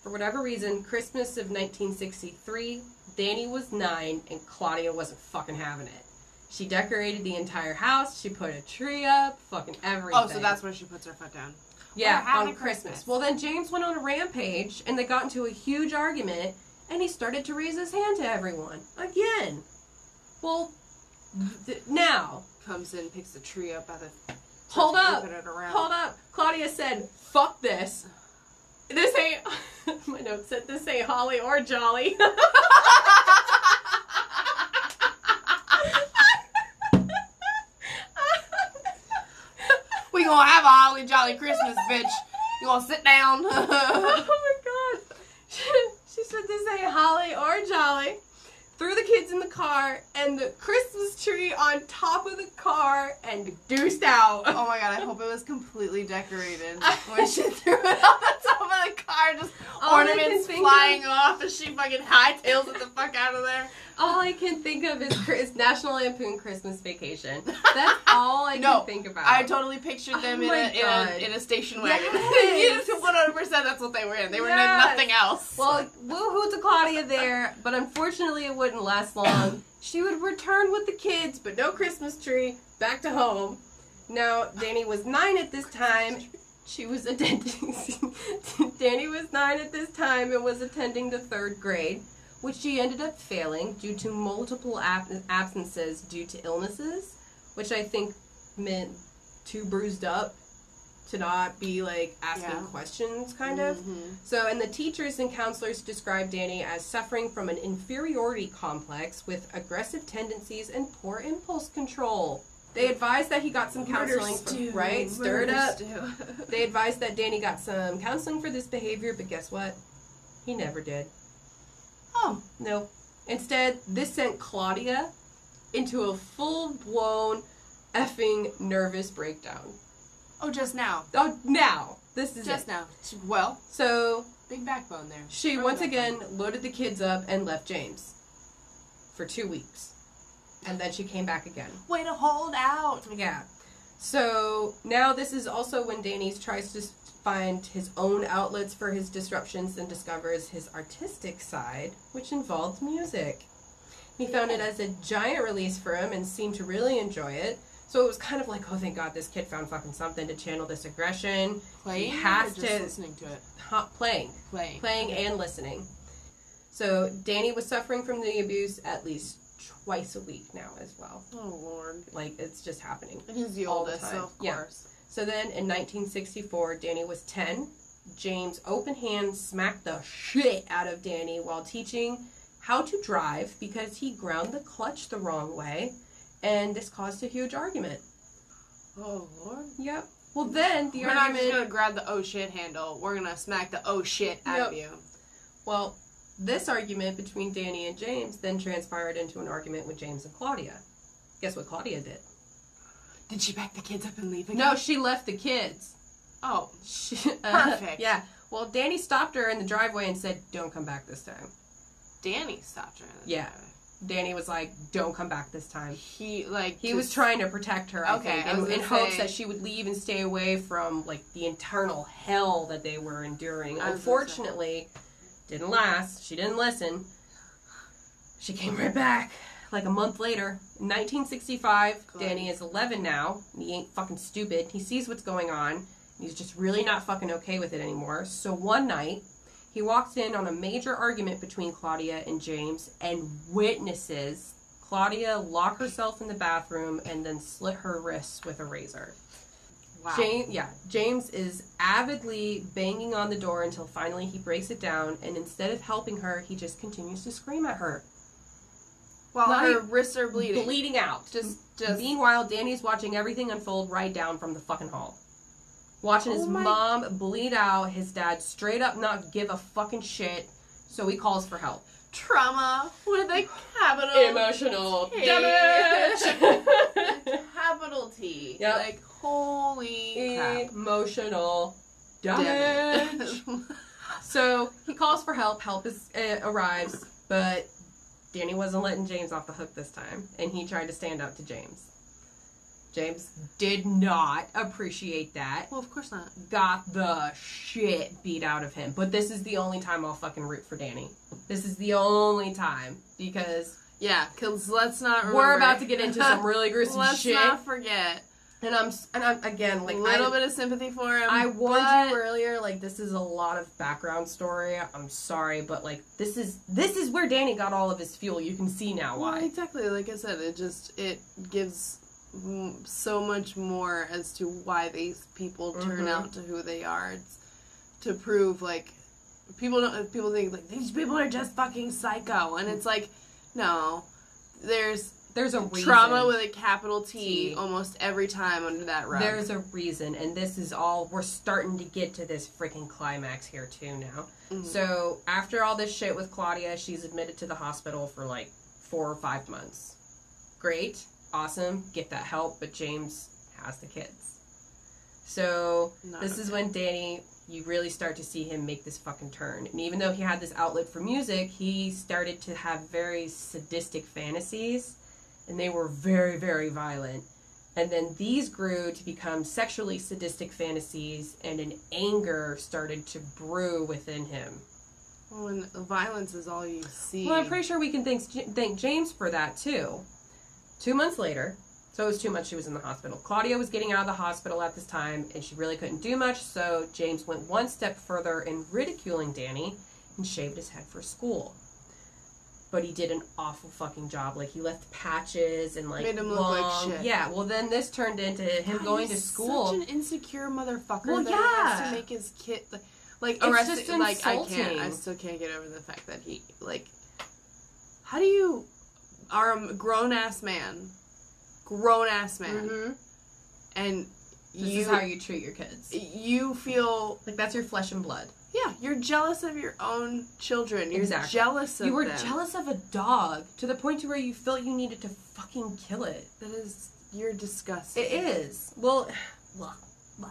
[SPEAKER 1] for whatever reason, Christmas of 1963, Danny was nine and Claudia wasn't fucking having it. She decorated the entire house. She put a tree up, fucking everything.
[SPEAKER 2] Oh, so that's where she puts her foot down.
[SPEAKER 1] yeah
[SPEAKER 2] We're having
[SPEAKER 1] on Christmas.
[SPEAKER 2] Christmas.
[SPEAKER 1] Well, then James went on a rampage and they got into a huge argument and he started to raise his hand to everyone again. Well, th- now
[SPEAKER 2] Comes in, picks the tree up by the.
[SPEAKER 1] Hold
[SPEAKER 2] starts
[SPEAKER 1] up.
[SPEAKER 2] whipping It around.
[SPEAKER 1] Hold up. Claudia said, fuck this. This ain't. My note said, this ain't Holly or Jolly. Oh
[SPEAKER 2] We gonna have a holly jolly Christmas, bitch. You gonna sit down?
[SPEAKER 1] oh my god. She, she said, this ain't Holly or Jolly. threw the kids in the car and the Christmas tree on top of the car and deuced out.
[SPEAKER 2] Oh my god, I hope it was completely decorated Oh, when she threw it on the top of the car, just
[SPEAKER 1] All I can
[SPEAKER 2] ornaments
[SPEAKER 1] think
[SPEAKER 2] flying off as she fucking hightails it the fuck out of there.
[SPEAKER 1] All I can think of is, Chris- is National Lampoon Christmas Vacation. That's all I
[SPEAKER 2] No,
[SPEAKER 1] can think about.
[SPEAKER 2] I totally pictured them
[SPEAKER 1] Oh
[SPEAKER 2] in,
[SPEAKER 1] my
[SPEAKER 2] a, in,
[SPEAKER 1] God.
[SPEAKER 2] a, in a station wagon.
[SPEAKER 1] Yes.
[SPEAKER 2] yes, 100% that's what they were in. They were
[SPEAKER 1] Yes.
[SPEAKER 2] in nothing else.
[SPEAKER 1] Well, woohoo to Claudia there, but unfortunately it wouldn't last long. She would return with the kids, but no Christmas tree, back to home. Now, Danny was nine at this time. She was attending. Danny was nine at this time and was attending the third grade, which she ended up failing due to multiple ab- absences due to illnesses, which I think meant too bruised up to not be like asking
[SPEAKER 2] Yeah.
[SPEAKER 1] questions, kind of.
[SPEAKER 2] Mhm.
[SPEAKER 1] So, and the teachers and counselors described Danny as suffering from an inferiority complex with aggressive tendencies and poor impulse control. They advised that he got some counseling,
[SPEAKER 2] Murder
[SPEAKER 1] for-
[SPEAKER 2] stew,
[SPEAKER 1] right? Stir it
[SPEAKER 2] murder
[SPEAKER 1] up.
[SPEAKER 2] stew.
[SPEAKER 1] They advised that Danny got some counseling for this behavior, but guess what? He never did.
[SPEAKER 2] oh,
[SPEAKER 1] Nope. Instead, this sent Claudia into a full blown effing nervous breakdown.
[SPEAKER 2] oh, just now.
[SPEAKER 1] Oh, now. This is
[SPEAKER 2] Just
[SPEAKER 1] it.
[SPEAKER 2] now. Well,
[SPEAKER 1] So,
[SPEAKER 2] big backbone there.
[SPEAKER 1] She
[SPEAKER 2] Strong
[SPEAKER 1] once
[SPEAKER 2] backbone.
[SPEAKER 1] again loaded the kids up and left James for two weeks. And then she came back again.
[SPEAKER 2] Way to hold out.
[SPEAKER 1] Yeah. So now this is also when Danny's tries to s- find his own outlets for his disruptions and discovers his artistic side, which involved music. He found it as a giant release for him and seemed to really enjoy it. So it was kind of like, oh, thank God, this kid found fucking something to channel this aggression.
[SPEAKER 2] Playing
[SPEAKER 1] He has
[SPEAKER 2] or just
[SPEAKER 1] to-
[SPEAKER 2] listening to it.
[SPEAKER 1] Hot playing
[SPEAKER 2] Playing.
[SPEAKER 1] playing and listening. So Danny was suffering from the abuse at least twice a week now as well.
[SPEAKER 2] Oh lord.
[SPEAKER 1] Like it's just happening.
[SPEAKER 2] It is the
[SPEAKER 1] All the
[SPEAKER 2] oldest,
[SPEAKER 1] time.
[SPEAKER 2] so of
[SPEAKER 1] Yeah.
[SPEAKER 2] course.
[SPEAKER 1] So then in 1964, Danny was 10. James open hand smacked the shit out of Danny while teaching how to drive because he ground the clutch the wrong way, and this caused a huge argument.
[SPEAKER 2] Oh lord.
[SPEAKER 1] Yep. Well, then the
[SPEAKER 2] We're not
[SPEAKER 1] argument.
[SPEAKER 2] just gonna grab the oh shit handle. We're gonna smack the oh shit out of you.
[SPEAKER 1] Well, this argument between Danny and James then transpired into an argument with James and Claudia. Guess what Claudia did?
[SPEAKER 2] Did she back the kids up and leave again?
[SPEAKER 1] No, she left the kids.
[SPEAKER 2] Oh.
[SPEAKER 1] She, uh,
[SPEAKER 2] Perfect.
[SPEAKER 1] Yeah. Well, Danny stopped her in the driveway and said, "Don't come back this time."
[SPEAKER 2] Danny stopped her. in the
[SPEAKER 1] Yeah.
[SPEAKER 2] driveway.
[SPEAKER 1] Danny was like, "Don't come back this time."
[SPEAKER 2] He like
[SPEAKER 1] He
[SPEAKER 2] just-
[SPEAKER 1] was trying to protect her, I
[SPEAKER 2] Okay,
[SPEAKER 1] think,
[SPEAKER 2] I
[SPEAKER 1] in,
[SPEAKER 2] was
[SPEAKER 1] in
[SPEAKER 2] gonna
[SPEAKER 1] hopes
[SPEAKER 2] say-
[SPEAKER 1] that she would leave and stay away from like the internal hell that they were enduring.
[SPEAKER 2] I was gonna say.
[SPEAKER 1] Unfortunately, didn't last. She didn't listen. She came right back like a month later. In 1965,
[SPEAKER 2] God.
[SPEAKER 1] Danny is 11 now. And he ain't fucking stupid. He sees what's going on. And he's just really not fucking okay with it anymore. So one night, he walks in on a major argument between Claudia and James and witnesses Claudia lock herself in the bathroom and then slit her wrists with a razor.
[SPEAKER 2] wow.
[SPEAKER 1] James, yeah, James is avidly banging on the door until finally he breaks it down, and instead of helping her, he just continues to scream at her,
[SPEAKER 2] While
[SPEAKER 1] Not
[SPEAKER 2] her
[SPEAKER 1] even-
[SPEAKER 2] wrists are bleeding.
[SPEAKER 1] bleeding out.
[SPEAKER 2] Just just
[SPEAKER 1] Meanwhile, Danny's watching everything unfold right down from the fucking hall. Watching his
[SPEAKER 2] Oh my-
[SPEAKER 1] mom bleed out, his dad straight up not give a fucking shit, so he calls for help.
[SPEAKER 2] trauma with a capital
[SPEAKER 1] Emotional
[SPEAKER 2] Hey.
[SPEAKER 1] damage!
[SPEAKER 2] capital T.
[SPEAKER 1] Yep.
[SPEAKER 2] Like holy crap.
[SPEAKER 1] Emotional
[SPEAKER 2] Damn
[SPEAKER 1] damage.
[SPEAKER 2] it.
[SPEAKER 1] So he calls for help. Help is, uh, arrives, but Danny wasn't letting James off the hook this time, and he tried to stand up to James. James did not appreciate that.
[SPEAKER 2] well, of course not.
[SPEAKER 1] Got the shit beat out of him. But this is the only time I'll fucking root for Danny. This is the only time because
[SPEAKER 2] Yeah, because let's not remember.
[SPEAKER 1] we're about to get into some really gruesome
[SPEAKER 2] Let's
[SPEAKER 1] shit.
[SPEAKER 2] not forget.
[SPEAKER 1] And I'm s- and I'm again like
[SPEAKER 2] a little
[SPEAKER 1] I,
[SPEAKER 2] bit of sympathy for him.
[SPEAKER 1] I warned
[SPEAKER 2] but
[SPEAKER 1] you earlier, like this is a lot of background story. I'm sorry, but like this is this is where Danny got all of his fuel. You can see now
[SPEAKER 2] Well,
[SPEAKER 1] why.
[SPEAKER 2] exactly. Like I said, it just it gives mm, so much more as to why these people turn
[SPEAKER 1] Mhm.
[SPEAKER 2] out to who they are. It's to prove like people don't people think like these people are just fucking psycho, and it's like no, there's
[SPEAKER 1] There's a reason.
[SPEAKER 2] trauma with a capital T,
[SPEAKER 1] T.
[SPEAKER 2] almost every time under that rug.
[SPEAKER 1] There's a reason, and this is all we're starting to get to this freaking climax here too now.
[SPEAKER 2] Mhm.
[SPEAKER 1] So after all this shit with Claudia, she's admitted to the hospital for like four or five months. Great, awesome, get that help, but James has the kids. So
[SPEAKER 2] Not
[SPEAKER 1] this is when Danny, you really start to see him make this fucking turn. And even though he had this outlet for music, he started to have very sadistic fantasies, and they were very, very violent. And then these grew to become sexually sadistic fantasies, and an anger started to brew within him.
[SPEAKER 2] Well, when violence is all you see.
[SPEAKER 1] Well, I'm pretty sure we can thank, thank James for that too. Two months later, so it was too much. She was in the hospital. Claudia was getting out of the hospital at this time, and she really couldn't do much. So James went one step further in ridiculing Danny and shaved his head for school. But he did an awful fucking job. Like he left patches and like
[SPEAKER 2] Made him look like
[SPEAKER 1] long.
[SPEAKER 2] shit.
[SPEAKER 1] Yeah. Well, then this turned into him
[SPEAKER 2] God,
[SPEAKER 1] going to
[SPEAKER 2] he's
[SPEAKER 1] school.
[SPEAKER 2] Such an insecure motherfucker.
[SPEAKER 1] Well,
[SPEAKER 2] that wants
[SPEAKER 1] yeah.
[SPEAKER 2] to make his kid like, like
[SPEAKER 1] It's
[SPEAKER 2] arrested.
[SPEAKER 1] just
[SPEAKER 2] like I can't. I
[SPEAKER 1] insulting.
[SPEAKER 2] still can't get over the fact that he like. How do you, are a grown ass man, grown ass man,
[SPEAKER 1] Mhm.
[SPEAKER 2] and
[SPEAKER 1] This
[SPEAKER 2] you
[SPEAKER 1] is how you treat your kids.
[SPEAKER 2] you feel
[SPEAKER 1] Like that's your flesh and blood.
[SPEAKER 2] yeah you're jealous of your own children. You're
[SPEAKER 1] Exactly.
[SPEAKER 2] jealous of
[SPEAKER 1] You were
[SPEAKER 2] them.
[SPEAKER 1] jealous of a dog to the point to where you felt you needed to fucking kill it.
[SPEAKER 2] That is you're disgusting.
[SPEAKER 1] It is. Well, blah, blah.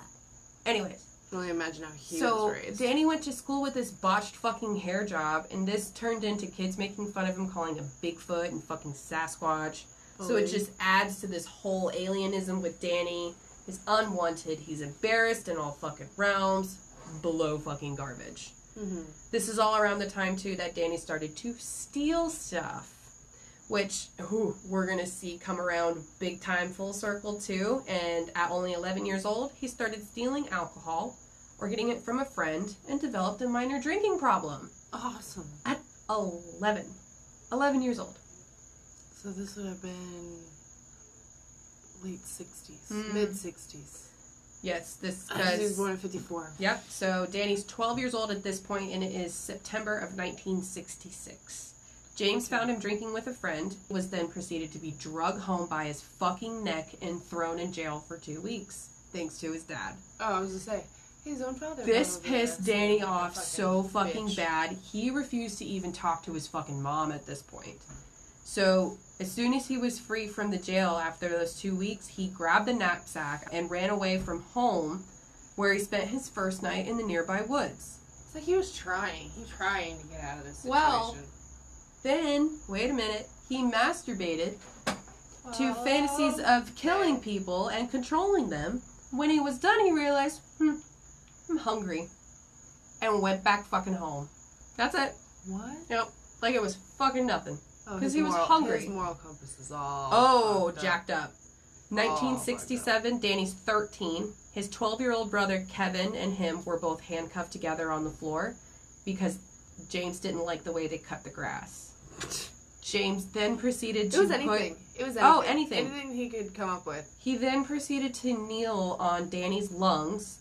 [SPEAKER 1] Anyways,
[SPEAKER 2] Can only imagine how he
[SPEAKER 1] so
[SPEAKER 2] was raised.
[SPEAKER 1] Danny went to school with this botched fucking hair job, and this turned into kids making fun of him, calling him Bigfoot and fucking Sasquatch. So it
[SPEAKER 2] Holy.
[SPEAKER 1] just adds to this whole alienism with Danny. He's unwanted. He's embarrassed in all fucking realms. Below fucking garbage.
[SPEAKER 2] Mhm.
[SPEAKER 1] This is all around the time too that Danny started to steal stuff, which ooh, we're gonna see come around big time full circle too. And at only 11 years old, he started stealing alcohol or getting it from a friend and developed a minor drinking problem.
[SPEAKER 2] awesome.
[SPEAKER 1] 11, 11 years old.
[SPEAKER 2] So this would have been late 60s,
[SPEAKER 1] Mm.
[SPEAKER 2] mid 60s.
[SPEAKER 1] Yes, this
[SPEAKER 2] He was
[SPEAKER 1] does.
[SPEAKER 2] born in 54.
[SPEAKER 1] Yep. So Danny's 12 years old at this point, and it is September of 1966. James found him drinking with a friend, was then proceeded to be drug home by his fucking neck and thrown in jail for two weeks, thanks to his dad.
[SPEAKER 2] Oh, I was gonna say, his own father.
[SPEAKER 1] This
[SPEAKER 2] probably
[SPEAKER 1] pissed
[SPEAKER 2] was.
[SPEAKER 1] Danny off
[SPEAKER 2] Oh, Fucking
[SPEAKER 1] so fucking
[SPEAKER 2] bitch.
[SPEAKER 1] bad, he refused to even talk to his fucking mom at this point. So, as soon as he was free from the jail after those two weeks, he grabbed a knapsack and ran away from home, where he spent his first night in the nearby woods.
[SPEAKER 2] It's like he was trying. He trying to get out of this situation.
[SPEAKER 1] Well, Then, wait a minute, he masturbated to
[SPEAKER 2] Well,
[SPEAKER 1] fantasies of killing people and controlling them. When he was done, he realized, hmm, I'm hungry. And went back fucking home. That's it.
[SPEAKER 2] What?
[SPEAKER 1] Like it was fucking nothing.
[SPEAKER 2] Oh,
[SPEAKER 1] 'Cause
[SPEAKER 2] his
[SPEAKER 1] he was
[SPEAKER 2] moral-
[SPEAKER 1] hungry.
[SPEAKER 2] His moral compass is all.
[SPEAKER 1] Oh,
[SPEAKER 2] fucked up.
[SPEAKER 1] jacked up. 1967, Danny's 13. His 12 year old brother Kevin and him were both handcuffed together on the floor because James didn't like the way they cut the grass. James then proceeded to
[SPEAKER 2] It was
[SPEAKER 1] put-
[SPEAKER 2] anything. It was anything.
[SPEAKER 1] Oh, anything.
[SPEAKER 2] Anything he could come up with.
[SPEAKER 1] He then proceeded to kneel on Danny's lungs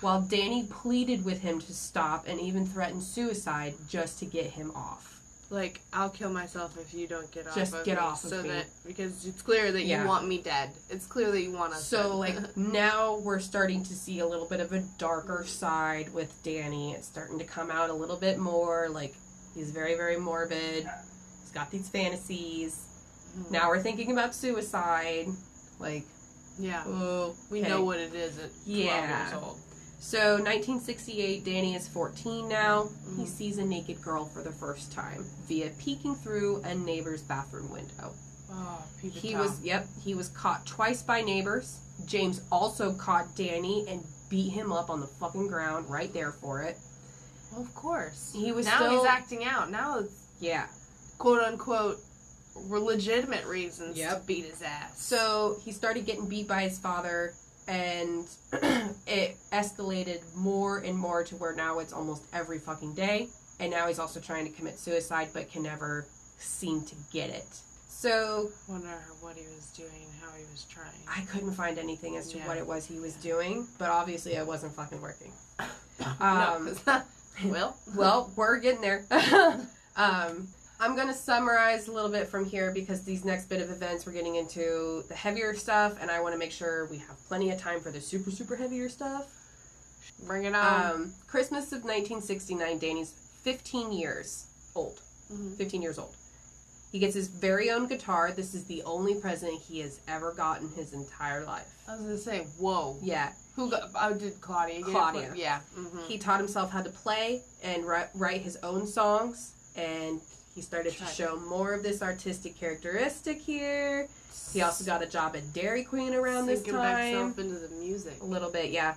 [SPEAKER 1] while Danny pleaded with him to stop and even threatened suicide just to get him off.
[SPEAKER 2] Like, I'll kill myself if you don't get off.
[SPEAKER 1] Just
[SPEAKER 2] of
[SPEAKER 1] get
[SPEAKER 2] me.
[SPEAKER 1] off of
[SPEAKER 2] so
[SPEAKER 1] me.
[SPEAKER 2] that because it's clear that
[SPEAKER 1] Yeah.
[SPEAKER 2] you want me dead. It's clear that you want us. dead.
[SPEAKER 1] So, like, now we're starting to see a little bit of a darker side with Danny. It's starting to come out a little bit more. Like, he's very, very morbid. He's got these fantasies.
[SPEAKER 2] Mhm.
[SPEAKER 1] Now we're thinking about suicide. Like,
[SPEAKER 2] yeah,
[SPEAKER 1] oh,
[SPEAKER 2] we
[SPEAKER 1] okay.
[SPEAKER 2] know what it is at 12
[SPEAKER 1] Yeah.
[SPEAKER 2] years old.
[SPEAKER 1] So, 1968, Danny is 14 now. He
[SPEAKER 2] Mhm.
[SPEAKER 1] sees a naked girl for the first time via peeking through a neighbor's bathroom window.
[SPEAKER 2] Oh, Peter
[SPEAKER 1] He
[SPEAKER 2] Tom.
[SPEAKER 1] was, yep, he was caught twice by neighbors. James also caught Danny and beat him up on the fucking ground right there for it.
[SPEAKER 2] Well, of course.
[SPEAKER 1] He was
[SPEAKER 2] now
[SPEAKER 1] still,
[SPEAKER 2] he's acting out. Now it's
[SPEAKER 1] yeah.
[SPEAKER 2] quote unquote legitimate reasons to
[SPEAKER 1] Yep.
[SPEAKER 2] beat his ass.
[SPEAKER 1] So he started getting beat by his father, and it escalated more and more to where now it's almost every fucking day. And now he's also trying to commit suicide, but can never seem to get it. So
[SPEAKER 2] wonder what he was doing, and how he was trying.
[SPEAKER 1] I couldn't find anything as to
[SPEAKER 2] Yeah.
[SPEAKER 1] what it was he was doing, but obviously it wasn't fucking working.
[SPEAKER 2] no,
[SPEAKER 1] Um,
[SPEAKER 2] it's not. Well,
[SPEAKER 1] well, we're getting there. um, I'm going to summarize a little bit from here because these next bit of events we're getting into the heavier stuff, and I want to make sure we have plenty of time for the super, super heavier stuff.
[SPEAKER 2] bring it on.
[SPEAKER 1] Um, Christmas of 1969, Danny's 15 years old.
[SPEAKER 2] Mhm.
[SPEAKER 1] 15 years old. He gets his very own guitar. This is the only present he has ever gotten his entire life.
[SPEAKER 2] I was gonna say, whoa.
[SPEAKER 1] Yeah.
[SPEAKER 2] Who got? Oh, did Claudia? get it for-
[SPEAKER 1] Claudia.
[SPEAKER 2] Yeah. hmm
[SPEAKER 1] He taught himself how to play and write, write his own songs, and he started to
[SPEAKER 2] Tried.
[SPEAKER 1] show more of this artistic characteristic here. He also got a job at Dairy Queen around this
[SPEAKER 2] Sinking back
[SPEAKER 1] time. Oh,
[SPEAKER 2] self into the music.
[SPEAKER 1] A little bit, yeah.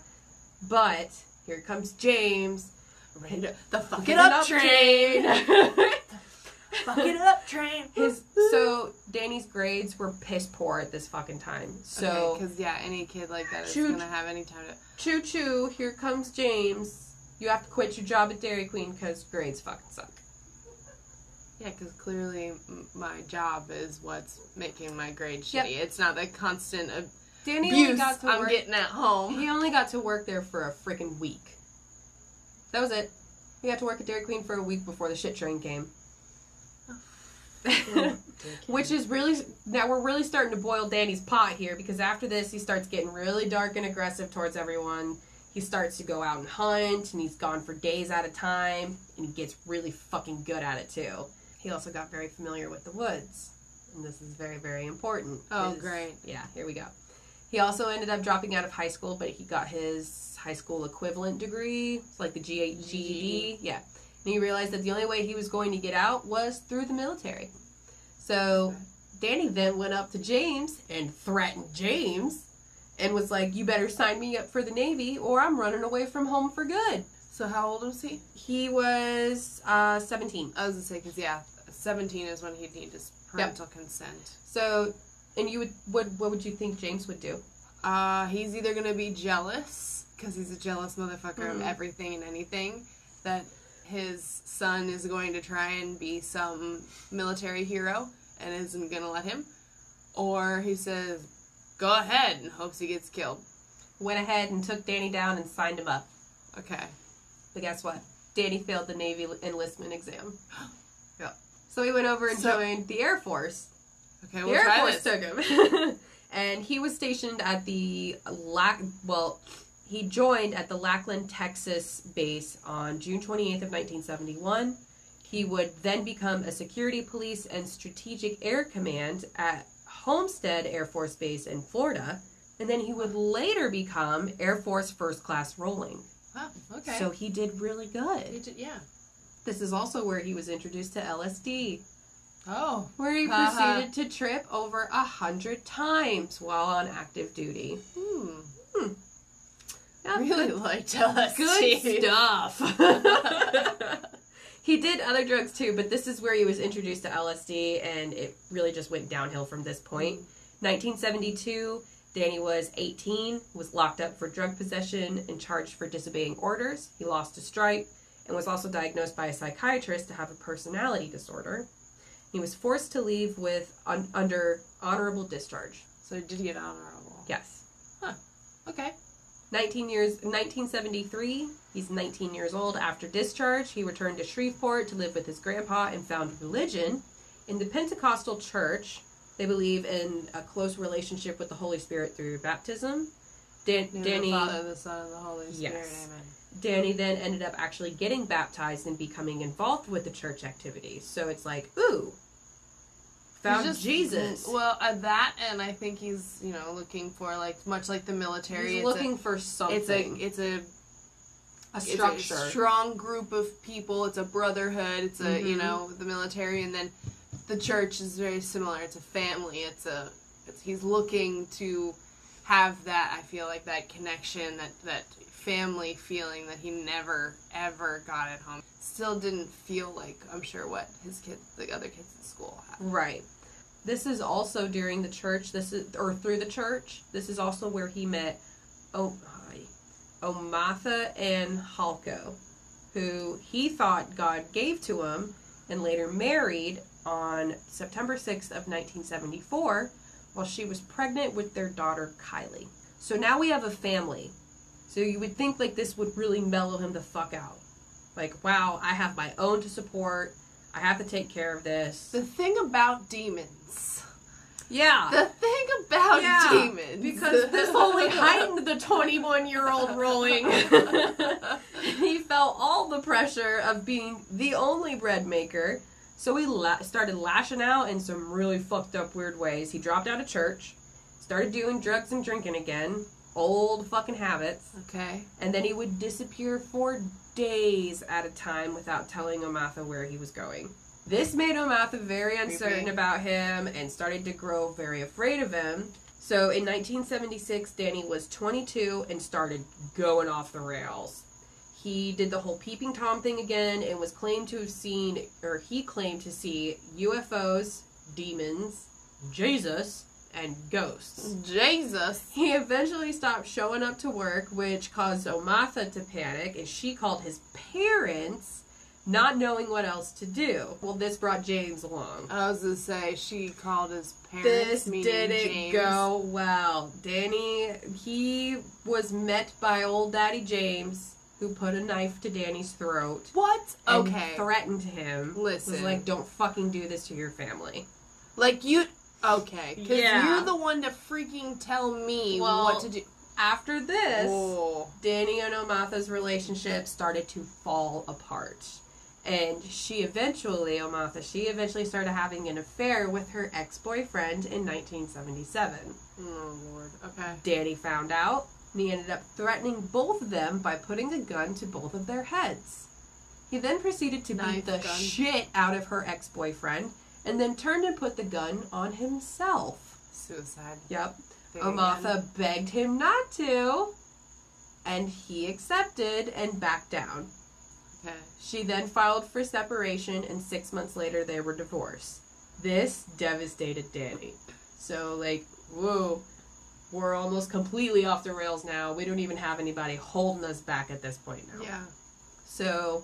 [SPEAKER 1] But here comes James.
[SPEAKER 2] Ready to- the fuck
[SPEAKER 1] Get
[SPEAKER 2] it up train.
[SPEAKER 1] Fuck it
[SPEAKER 2] up train.
[SPEAKER 1] His so Danny's grades were piss poor at this fucking time. So
[SPEAKER 2] because yeah, any kid like that is
[SPEAKER 1] Choo-
[SPEAKER 2] gonna have any time to.
[SPEAKER 1] choo choo, here comes James. You have to quit your job at Dairy Queen because grades fucking suck.
[SPEAKER 2] Yeah, because clearly m- my job is what's making my grade
[SPEAKER 1] Yep.
[SPEAKER 2] shitty. It's not the constant ab-
[SPEAKER 1] Danny only
[SPEAKER 2] abuse
[SPEAKER 1] got to
[SPEAKER 2] I'm
[SPEAKER 1] work.
[SPEAKER 2] getting at home.
[SPEAKER 1] He only got to work there for a freaking week. That was it. He got to work at Dairy Queen for a week before the shit train came.
[SPEAKER 2] Oh,
[SPEAKER 1] Which is really now we're really starting to boil Danny's pot here because after this he starts getting really dark and aggressive towards everyone. He starts to go out and hunt and he's gone for days at a time and he gets really fucking good at it too. He also got very familiar with the woods. And this is very, very important.
[SPEAKER 2] Oh,
[SPEAKER 1] Is-
[SPEAKER 2] great.
[SPEAKER 1] Yeah, here we go. He also ended up dropping out of high school, but he got his high school equivalent degree, it's like the G- E GED. Yeah. And he realized that the only way he was going to get out was through the military. So Danny then went up to James and threatened James and was like, You better sign me up for the Navy or I'm running away from home for good.
[SPEAKER 2] So how old was he?
[SPEAKER 1] He was uh, 17.
[SPEAKER 2] I was gonna say because yeah, 17 is when he'd need his parental consent.
[SPEAKER 1] So, and you would, what, what would you think James would do?
[SPEAKER 2] Uh, he's either gonna be jealous because he's a jealous motherfucker of
[SPEAKER 1] Mhm.
[SPEAKER 2] everything and anything that his son is going to try and be some military hero and isn't gonna let him, or he says, "Go ahead," and hopes he gets killed.
[SPEAKER 1] Went ahead and took Danny down and signed him up.
[SPEAKER 2] Okay.
[SPEAKER 1] But guess what? Danny failed the Navy enlistment exam. yeah. So he went over and
[SPEAKER 2] So-
[SPEAKER 1] joined the Air Force.
[SPEAKER 2] Okay,
[SPEAKER 1] The
[SPEAKER 2] we'll
[SPEAKER 1] Air
[SPEAKER 2] try
[SPEAKER 1] Force
[SPEAKER 2] this.
[SPEAKER 1] took him. and he was stationed at the Lack. Well, he joined at the Lackland, Texas base on June 28th of 1971. He would then become a security police and strategic air command at Homestead Air Force Base in Florida. And then he would later become Air Force First Class Rolling.
[SPEAKER 2] Oh, okay.
[SPEAKER 1] So he did really
[SPEAKER 2] He
[SPEAKER 1] good.
[SPEAKER 2] did- yeah.
[SPEAKER 1] This is also where he was introduced to LSD
[SPEAKER 2] Oh.
[SPEAKER 1] where he
[SPEAKER 2] Uh-huh.
[SPEAKER 1] proceeded to trip over a hundred times while on active duty.
[SPEAKER 2] Hmm.
[SPEAKER 1] Yeah,
[SPEAKER 2] really liked LSD.
[SPEAKER 1] good, good stuff. he did other drugs too, but this is where he was introduced to LSD, and it really just went downhill from this point. 1972, Danny was 18, was locked up for drug possession and charged for disobeying orders. He lost a stripe and was also diagnosed by a psychiatrist to have a personality disorder. He was forced to leave with un- under honorable discharge.
[SPEAKER 2] So he did get honorable.
[SPEAKER 1] Yes.
[SPEAKER 2] Okay.
[SPEAKER 1] 19 years 1973 he's 19 years old after discharge he returned to shreveport to live with his grandpa and found religion in the pentecostal church they believe in a close relationship with the holy spirit through baptism Dan-
[SPEAKER 2] In the name of
[SPEAKER 1] danny
[SPEAKER 2] the Father, the Son, and the Holy Spirit.
[SPEAKER 1] Yes.
[SPEAKER 2] Amen.
[SPEAKER 1] danny then ended up actually getting baptized and becoming involved with the church activities so it's like ooh found
[SPEAKER 2] He's just-
[SPEAKER 1] jesus
[SPEAKER 2] Well, at that, and I think he's you know looking for like much like the military.
[SPEAKER 1] he's
[SPEAKER 2] it's
[SPEAKER 1] looking for
[SPEAKER 2] A,
[SPEAKER 1] something
[SPEAKER 2] it's a it's a
[SPEAKER 1] a
[SPEAKER 2] it's a
[SPEAKER 1] structure
[SPEAKER 2] strong group of people. It's a brotherhood. It's a you
[SPEAKER 1] Mhm.
[SPEAKER 2] know the military, and then the church is very similar. It's a family. It's a it's, he's looking to have that. I feel like that connection, that that family feeling that he never ever got at home. Still didn't feel like I'm sure what his kids, the other kids in school, had.
[SPEAKER 1] Right. This is also during the church. This is or through the church. This is also where he met oh Omatha and Halko, who he thought God gave to him and later married on September 6th of 1974 while she was pregnant with their daughter Kylie. So now we have a family. So you would think like this would really mellow him the fuck out. Like, wow, I have my own to support. I have to take care of this.
[SPEAKER 2] The thing about demons.
[SPEAKER 1] Yeah.
[SPEAKER 2] The thing about
[SPEAKER 1] Yeah,
[SPEAKER 2] demons.
[SPEAKER 1] because this only heightened the 21 year old rolling. he felt all the pressure of being the only bread maker So he la- started lashing out in some really fucked up, weird ways. He dropped out of church, started doing drugs and drinking again, old fucking habits,
[SPEAKER 2] Okay.
[SPEAKER 1] and then he would disappear for days at a time without telling Omatha where he was going. This made Omatha very uncertain
[SPEAKER 2] Creepy.
[SPEAKER 1] about him and started to grow very afraid of him. So in 1976, Danny was 22 and started going off the rails. He did the whole peeping tom thing again and was claimed to have seen, or he claimed to see, UFOs, demons, Jesus, and ghosts.
[SPEAKER 2] Jesus.
[SPEAKER 1] He eventually stopped showing up to work, which caused Omatha to panic, and she called his parents, not knowing what else to do. Well, this brought James along.
[SPEAKER 2] I was gonna say she called his parents.
[SPEAKER 1] This
[SPEAKER 2] meaning
[SPEAKER 1] didn't
[SPEAKER 2] James.
[SPEAKER 1] go well. Danny, he was met by old Daddy James, who put a knife to Danny's throat.
[SPEAKER 2] What?
[SPEAKER 1] and
[SPEAKER 2] Okay.
[SPEAKER 1] threatened him. was
[SPEAKER 2] Listen.
[SPEAKER 1] like, don't fucking do this to your family.
[SPEAKER 2] like you. Okay. Because
[SPEAKER 1] Yeah.
[SPEAKER 2] you're the one to freaking tell me
[SPEAKER 1] Well,
[SPEAKER 2] what to do. Oh,
[SPEAKER 1] After this,
[SPEAKER 2] Whoa.
[SPEAKER 1] Danny and Omatha's relationship started to fall apart. And she eventually, Omatha, she eventually started having an affair with her ex boyfriend in 1977.
[SPEAKER 2] Oh Lord. Okay.
[SPEAKER 1] Danny found out, and he ended up threatening both of them by putting a gun to both of their heads. He then proceeded to
[SPEAKER 2] Knife,
[SPEAKER 1] beat the
[SPEAKER 2] gun.
[SPEAKER 1] shit out of her ex boyfriend and then turned and put the gun on himself.
[SPEAKER 2] Suicide.
[SPEAKER 1] Yep.
[SPEAKER 2] thing again.
[SPEAKER 1] Amatha begged him not to, and he accepted and backed down.
[SPEAKER 2] Okay.
[SPEAKER 1] She then filed for separation, and six months later, they were divorced. This devastated Danny. So, like, whoa, we're almost completely off the rails now. We don't even have anybody holding us back at this point now.
[SPEAKER 2] Yeah.
[SPEAKER 1] So,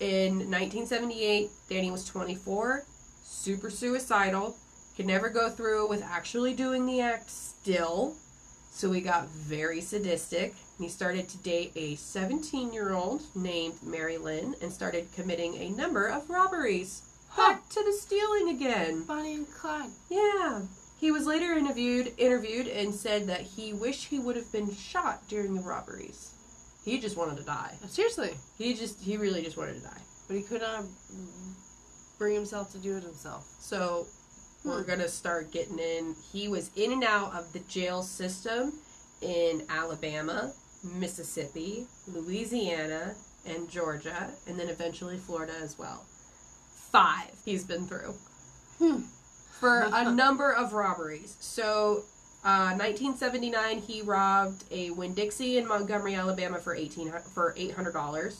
[SPEAKER 1] in 1978, Danny was 24, super suicidal, could never go through with actually doing the act still. So, he got very sadistic. And he started to date a 17 year old named Mary Lynn and started committing a number of robberies. Back to the stealing again.
[SPEAKER 2] Bonnie and Clyde.
[SPEAKER 1] Yeah. He was later interviewed interviewed and said that he wished he would have been shot during the robberies. He just wanted to die.
[SPEAKER 2] Seriously.
[SPEAKER 1] He just he really just wanted to die.
[SPEAKER 2] But he could not bring himself to do it himself.
[SPEAKER 1] So we're
[SPEAKER 2] Hmm.
[SPEAKER 1] gonna start getting in. He was in and out of the jail system in Alabama, Mississippi, Louisiana, and Georgia, and then eventually Florida as well. Five he's been through
[SPEAKER 2] Hmm.
[SPEAKER 1] for a number of robberies. So. Uh, 1979, he robbed a Winn Dixie in Montgomery, Alabama, for eighteen hu- for eight hundred dollars.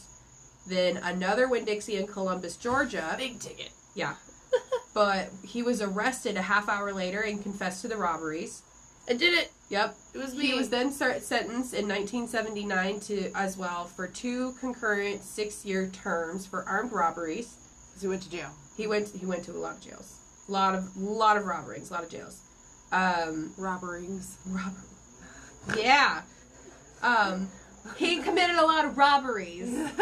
[SPEAKER 1] Then another Winn Dixie in Columbus, Georgia,
[SPEAKER 2] Big ticket.
[SPEAKER 1] Yeah. but he was arrested a half hour later and confessed to the robberies.
[SPEAKER 2] I did it.
[SPEAKER 1] Yep.
[SPEAKER 2] It was me.
[SPEAKER 1] He was then ser- sentenced in 1979 to as well for two concurrent 6-year terms for armed robberies.
[SPEAKER 2] 'Cause he went to jail.
[SPEAKER 1] He went he went to a lot of jails. A lot of lot of robberies, a lot of jails. Um
[SPEAKER 2] Robberings.
[SPEAKER 1] robber Yeah. Um he committed a lot of robberies. Yes.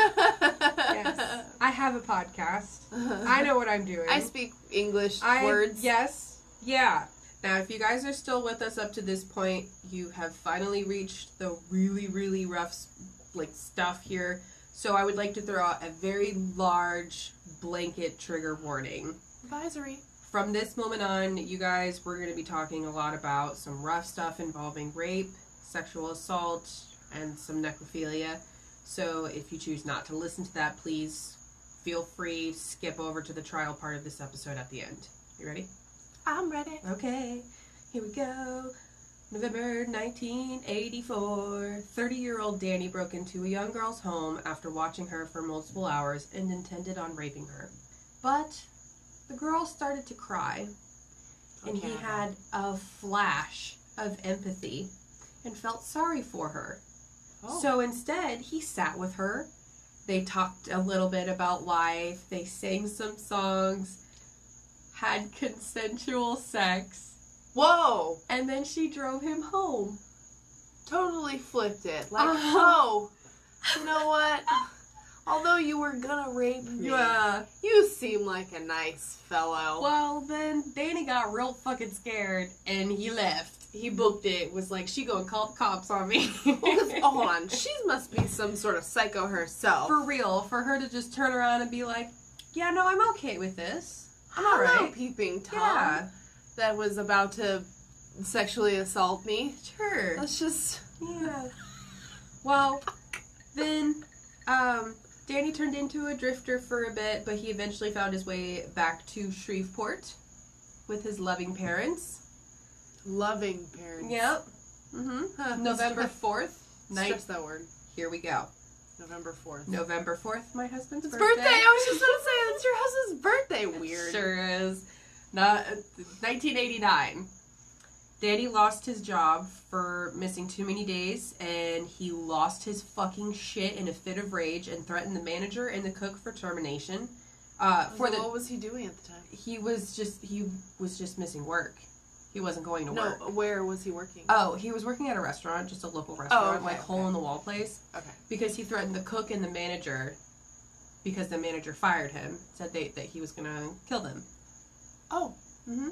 [SPEAKER 2] yes.
[SPEAKER 1] I have a podcast. I know what I'm doing.
[SPEAKER 2] I speak English
[SPEAKER 1] I,
[SPEAKER 2] words.
[SPEAKER 1] Yes. Yeah. Now, if you guys are still with us up to this point, you have finally reached the really, really rough, s- like stuff here. So I would like to throw out a very large blanket trigger warning.
[SPEAKER 2] Advisory.
[SPEAKER 1] From this moment on, you guys, we're going to be talking a lot about some rough stuff involving rape, sexual assault, and some necrophilia. So if you choose not to listen to that, please feel free skip over to the trial part of this episode at the end. You ready?
[SPEAKER 2] I'm ready.
[SPEAKER 1] Okay, here we go. November 1984. 30 year old Danny broke into a young girl's home after watching her for multiple hours and intended on raping her. But the girl started to cry, and he
[SPEAKER 2] Okay.
[SPEAKER 1] had a flash of empathy and felt sorry for her.
[SPEAKER 2] Oh.
[SPEAKER 1] So instead, he sat with her. They talked a little bit about life. They sang some songs, had consensual sex,
[SPEAKER 2] Whoa!
[SPEAKER 1] and then she drove him home.
[SPEAKER 2] Totally flipped it. Like,
[SPEAKER 1] Uh-huh.
[SPEAKER 2] oh, you know what? Although you were gonna rape me,
[SPEAKER 1] Yeah.
[SPEAKER 2] you seem like a nice fellow.
[SPEAKER 1] Well, then Danny got real fucking scared and he left. He booked it. Was like, she gonna call the cops on me.
[SPEAKER 2] Hold on. She must be some sort of psycho herself.
[SPEAKER 1] For real, for her to just turn around and be like, yeah, no, I'm okay with this. I'm all
[SPEAKER 2] Hello,
[SPEAKER 1] right.
[SPEAKER 2] peeping Tom.
[SPEAKER 1] Yeah,
[SPEAKER 2] That was about to sexually assault me.
[SPEAKER 1] sure.
[SPEAKER 2] That's just.
[SPEAKER 1] Yeah. Well, then um, Danny turned into a drifter for a bit, but he eventually found his way back to Shreveport with his loving parents.
[SPEAKER 2] Loving parents.
[SPEAKER 1] Yep. hmm
[SPEAKER 2] Huh,
[SPEAKER 1] November
[SPEAKER 2] stress-
[SPEAKER 1] 4th night.
[SPEAKER 2] Stress that word.
[SPEAKER 1] Here we go.
[SPEAKER 2] November 4th.
[SPEAKER 1] November 4th, my husband's
[SPEAKER 2] It's
[SPEAKER 1] birthday.
[SPEAKER 2] birthday. oh, I was just gonna say it's your husband's birthday. Weird.
[SPEAKER 1] Sure is. Not 1989. Danny lost his job for missing too many days, and he lost his fucking shit in a fit of rage and threatened the manager and the cook for termination. Uh,
[SPEAKER 2] I was
[SPEAKER 1] for
[SPEAKER 2] like,
[SPEAKER 1] the
[SPEAKER 2] what was he doing at the time?
[SPEAKER 1] he was just he was just missing work. He wasn't going to work.
[SPEAKER 2] No, where was he working?
[SPEAKER 1] Oh, he was working at a restaurant, just a local restaurant,
[SPEAKER 2] okay,
[SPEAKER 1] like
[SPEAKER 2] Oh, okay.
[SPEAKER 1] hole in the wall place
[SPEAKER 2] okay.
[SPEAKER 1] because he threatened the cook and the manager because the manager fired him said they that he was gonna kill them
[SPEAKER 2] Oh,
[SPEAKER 1] hmm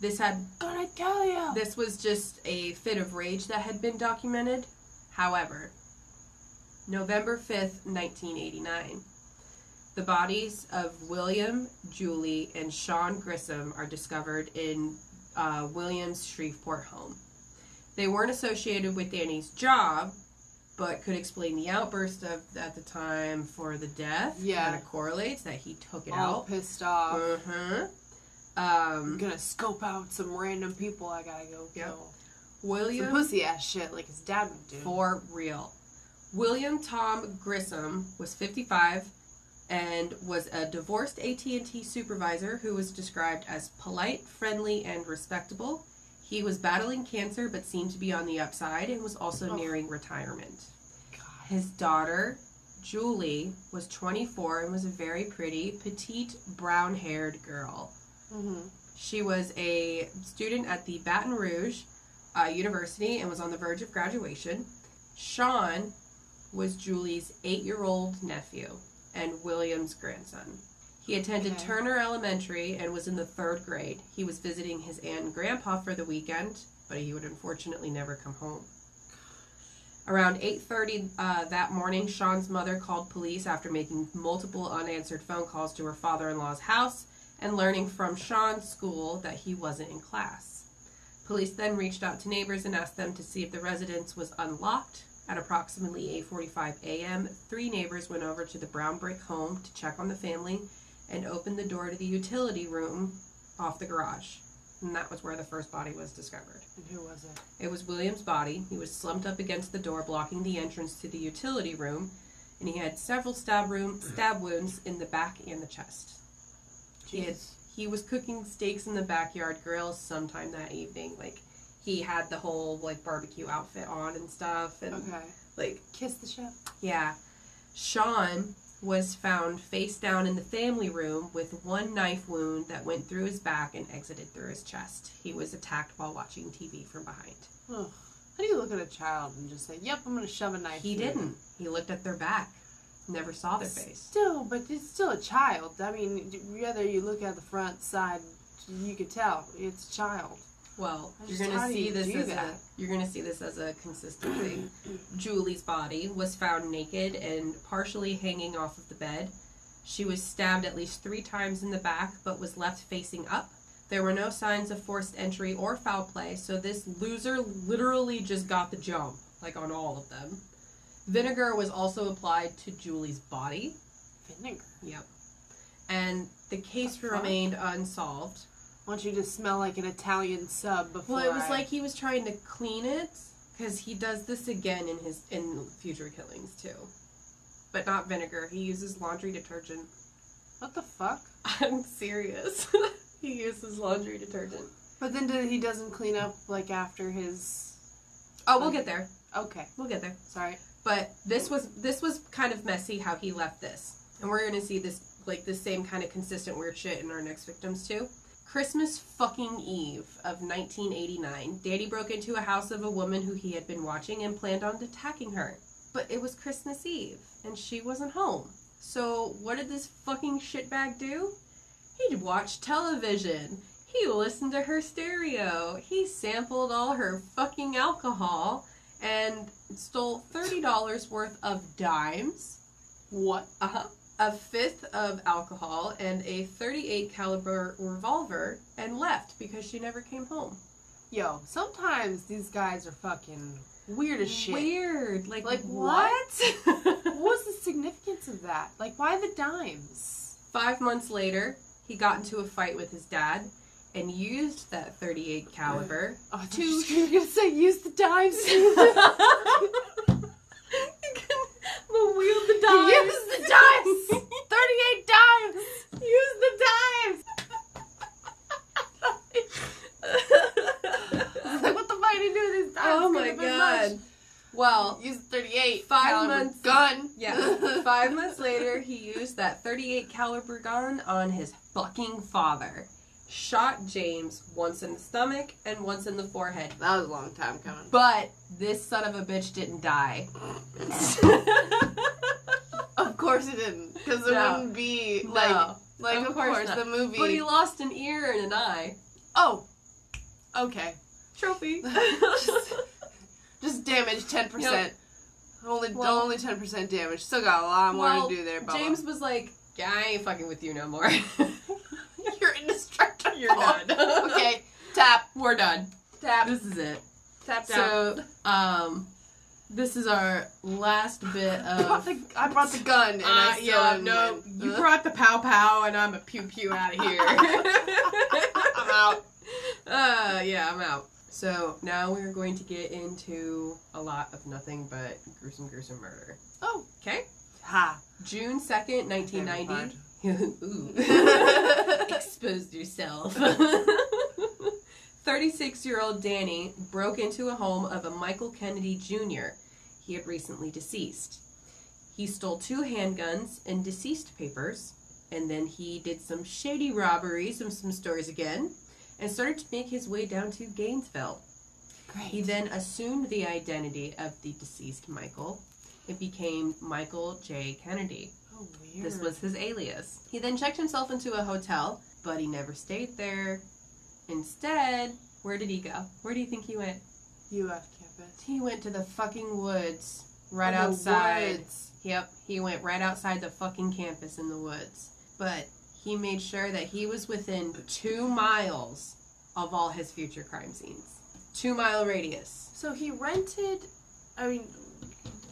[SPEAKER 1] this had
[SPEAKER 2] gonna kill you.
[SPEAKER 1] this was just a fit of rage that had been documented however november 5th 1989 the bodies of william julie and sean grissom are discovered in uh, william's shreveport home they weren't associated with danny's job but could explain the outburst of at the time for the death
[SPEAKER 2] Yeah. Oh,
[SPEAKER 1] that it correlates that he took it
[SPEAKER 2] All
[SPEAKER 1] out
[SPEAKER 2] pissed off.
[SPEAKER 1] uh-huh.
[SPEAKER 2] I'm
[SPEAKER 1] um
[SPEAKER 2] gonna scope out some random people I gotta go
[SPEAKER 1] Yep.
[SPEAKER 2] kill. Some
[SPEAKER 1] william
[SPEAKER 2] pussy ass shit like his dad would do.
[SPEAKER 1] for real. William Tom Grissom was 55 and was a divorced AT&T supervisor who was described as polite, friendly, and respectable. He was battling cancer but seemed to be on the upside and was also
[SPEAKER 2] Oh.
[SPEAKER 1] nearing retirement.
[SPEAKER 2] God.
[SPEAKER 1] His daughter, Julie, was 24 and was a very pretty, petite, brown-haired girl.
[SPEAKER 2] Mhm.
[SPEAKER 1] She was a student at the Baton Rouge uh, University and was on the verge of graduation. Sean was Julie's eight year old nephew and William's grandson. He attended
[SPEAKER 2] Okay.
[SPEAKER 1] Turner Elementary and was in the third grade. He was visiting his aunt and grandpa for the weekend, but he would unfortunately never come home. Around 8:30 uh, that morning, Sean's mother called police after making multiple unanswered phone calls to her father-in-law's house and learning from Sean's school that he wasn't in class. Police then reached out to neighbors and asked them to see if the residence was unlocked. At approximately 8:45 a.m., three neighbors went over to the brown brick home to check on the family and opened the door to the utility room off the garage. And that was where the first body was discovered.
[SPEAKER 2] And who was it?
[SPEAKER 1] It was William's body. He was slumped up against the door, blocking the entrance to the utility room, and he had several stab room stab wounds in the back and the chest. He had,
[SPEAKER 2] Jeez.
[SPEAKER 1] he was cooking steaks in the backyard grill sometime that evening. Like he had the whole like barbecue outfit on and stuff, and
[SPEAKER 2] Okay.
[SPEAKER 1] like
[SPEAKER 2] Kiss the chef.
[SPEAKER 1] yeah. Sean was found face down in the family room with one knife wound that went through his back and exited through his chest. He was attacked while watching TV from behind.
[SPEAKER 2] Ugh. How do you look at a child and just say, "Yep, I'm gonna shove a knife"?
[SPEAKER 1] He
[SPEAKER 2] through it"?
[SPEAKER 1] didn't. He looked at their back. Never saw their face.
[SPEAKER 2] Still, but it's still a child. I mean, d- whether you look at the front side, you could tell it's a child.
[SPEAKER 1] Well,
[SPEAKER 2] I'm
[SPEAKER 1] you're
[SPEAKER 2] just
[SPEAKER 1] gonna
[SPEAKER 2] how do
[SPEAKER 1] see
[SPEAKER 2] you
[SPEAKER 1] this
[SPEAKER 2] do
[SPEAKER 1] as a
[SPEAKER 2] that?
[SPEAKER 1] you're gonna see this as a consistent thing. Julie's body was found naked and partially hanging off of the bed. She was stabbed at least three times in the back, but was left facing up. There were no signs of forced entry or foul play, so this loser literally just got the jump, like on all of them. Vinegar was also applied to Julie's body.
[SPEAKER 2] Vinegar.
[SPEAKER 1] Yep. And the case
[SPEAKER 2] Fuck.
[SPEAKER 1] remained unsolved.
[SPEAKER 2] want you to smell like an Italian sub before.
[SPEAKER 1] Well, it was
[SPEAKER 2] I-
[SPEAKER 1] like he was trying to clean it because he does this again in his in future killings too, but not vinegar. He uses laundry detergent.
[SPEAKER 2] what the fuck?
[SPEAKER 1] I'm serious. he uses laundry detergent.
[SPEAKER 2] But then do- he doesn't clean up like after his.
[SPEAKER 1] Oh, we'll get there.
[SPEAKER 2] Okay,
[SPEAKER 1] We'll get there.
[SPEAKER 2] sorry.
[SPEAKER 1] But this was this was kind of messy how he left this, and we're gonna see this like the same kind of consistent weird shit in our next victims too. Christmas fucking Eve of 1989, Danny broke into a house of a woman who he had been watching and planned on attacking her. But it was Christmas Eve, and she wasn't home. So what did this fucking shitbag do? He watched television. He listened to her stereo. He sampled all her fucking alcohol and stole $30 worth of dimes.
[SPEAKER 2] What?
[SPEAKER 1] Uh huh. a fifth of alcohol and a 38 caliber revolver and left because she never came home.
[SPEAKER 2] Yo, sometimes these guys are fucking weird as shit.
[SPEAKER 1] Weird. Like,
[SPEAKER 2] Like, What was the significance of that? Like, why the dimes?
[SPEAKER 1] Five months later, he got into a fight with his dad and used that 38 caliber.
[SPEAKER 2] Oh,
[SPEAKER 1] Two-
[SPEAKER 2] two. You were gonna say use the dimes.
[SPEAKER 1] he
[SPEAKER 2] use
[SPEAKER 1] will wield the dimes.
[SPEAKER 2] the dimes. Thirty-eight dimes.
[SPEAKER 1] Use the
[SPEAKER 2] It's
[SPEAKER 1] dimes.
[SPEAKER 2] Like, what the fuck do you do with these dimes?
[SPEAKER 1] oh
[SPEAKER 2] Could've
[SPEAKER 1] my
[SPEAKER 2] been
[SPEAKER 1] god.
[SPEAKER 2] much.
[SPEAKER 1] Well,
[SPEAKER 2] Use the thirty-eight.
[SPEAKER 1] Five
[SPEAKER 2] caliber
[SPEAKER 1] months-
[SPEAKER 2] Gun.
[SPEAKER 1] yeah. Five months later, he used that 38 caliber gun on his fucking father. Shot James once in the stomach and once in the forehead.
[SPEAKER 2] That was a long time coming.
[SPEAKER 1] But this son of a bitch didn't die.
[SPEAKER 2] Of course it didn't, because it
[SPEAKER 1] No.
[SPEAKER 2] wouldn't be
[SPEAKER 1] No.
[SPEAKER 2] like like
[SPEAKER 1] Of
[SPEAKER 2] of,
[SPEAKER 1] course
[SPEAKER 2] course,
[SPEAKER 1] not.
[SPEAKER 2] the movie.
[SPEAKER 1] but he lost an ear and an eye.
[SPEAKER 2] oh, okay.
[SPEAKER 1] Trophy.
[SPEAKER 2] Just- Just damage ten percent. Only
[SPEAKER 1] Well-
[SPEAKER 2] only ten percent damage. Still got a lot more
[SPEAKER 1] Well,
[SPEAKER 2] to do there, Bubba.
[SPEAKER 1] James was like, yeah, I ain't fucking with you no more.
[SPEAKER 2] you're indestructible.
[SPEAKER 1] You're done.
[SPEAKER 2] okay, tap,
[SPEAKER 1] We're done.
[SPEAKER 2] tap,
[SPEAKER 1] This is it.
[SPEAKER 2] tap, tap.
[SPEAKER 1] So, um, this is our last bit
[SPEAKER 2] I, brought
[SPEAKER 1] of.
[SPEAKER 2] the, I brought the gun, and I
[SPEAKER 1] Uh,
[SPEAKER 2] still
[SPEAKER 1] yeah,
[SPEAKER 2] uh, didn't win.
[SPEAKER 1] you brought the pow pow, and I'm a pew pew out of here.
[SPEAKER 2] I'm out.
[SPEAKER 1] Uh, yeah, I'm out. So now we're going to get into a lot of nothing but gruesome, gruesome murder.
[SPEAKER 2] Oh,
[SPEAKER 1] Okay.
[SPEAKER 2] ha.
[SPEAKER 1] June second, nineteen ninety. Exposed yourself. Thirty-six-year-old Danny broke into a home of a Michael Kennedy Jr. He had recently deceased. He stole two handguns and deceased papers, and then he did some shady robberies from some stores again, and started to make his way down to Gainesville. He
[SPEAKER 2] Great.
[SPEAKER 1] then assumed the identity of the deceased Michael. It became Michael J. Kennedy.
[SPEAKER 2] Oh, weird.
[SPEAKER 1] This was his alias. He then checked himself into a hotel, but he never stayed there. Instead, where did he go? Where do you think he went?
[SPEAKER 2] UF campus.
[SPEAKER 1] He went to the fucking woods right
[SPEAKER 2] In the
[SPEAKER 1] outside.
[SPEAKER 2] woods.
[SPEAKER 1] Yep, he went right outside the fucking campus in the woods. But he made sure that he was within two miles of all his future crime scenes. Two mile radius.
[SPEAKER 2] So he rented, I mean,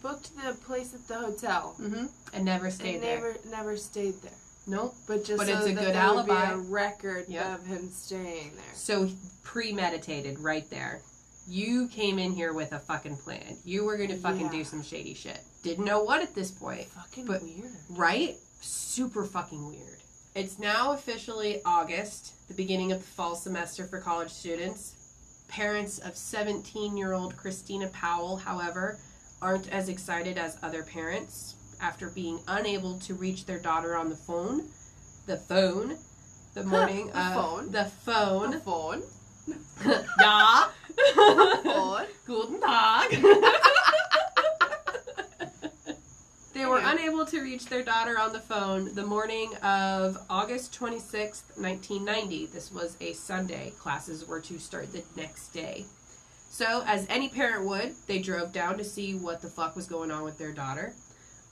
[SPEAKER 2] booked the place at the hotel.
[SPEAKER 1] Mm-hmm. And never stayed
[SPEAKER 2] and
[SPEAKER 1] there.
[SPEAKER 2] never never stayed there.
[SPEAKER 1] Nope.
[SPEAKER 2] But just
[SPEAKER 1] But
[SPEAKER 2] so
[SPEAKER 1] it's a
[SPEAKER 2] that
[SPEAKER 1] good
[SPEAKER 2] there would be
[SPEAKER 1] alibi.
[SPEAKER 2] a record
[SPEAKER 1] Yeah.
[SPEAKER 2] of him staying there.
[SPEAKER 1] So premeditated right there. You came in here with a fucking plan. You were going to fucking
[SPEAKER 2] Yeah.
[SPEAKER 1] do some shady shit. Didn't know what at this point,
[SPEAKER 2] Fucking
[SPEAKER 1] But-
[SPEAKER 2] weird.
[SPEAKER 1] right? Super fucking weird. It's now officially August, the beginning of the fall semester for college students. Parents of 17 year old Christina Powell, however, aren't as excited as other parents after being unable to reach their daughter on the phone. The phone. The morning
[SPEAKER 2] The
[SPEAKER 1] of
[SPEAKER 2] phone.
[SPEAKER 1] the phone.
[SPEAKER 2] The phone.
[SPEAKER 1] ja.
[SPEAKER 2] Phone.
[SPEAKER 1] Guten Tag. they were
[SPEAKER 2] Yeah.
[SPEAKER 1] unable to reach their daughter on the phone the morning of August 26th, 1990. This was a Sunday. Classes were to start the next day. So, as any parent would, they drove down to see what the fuck was going on with their daughter,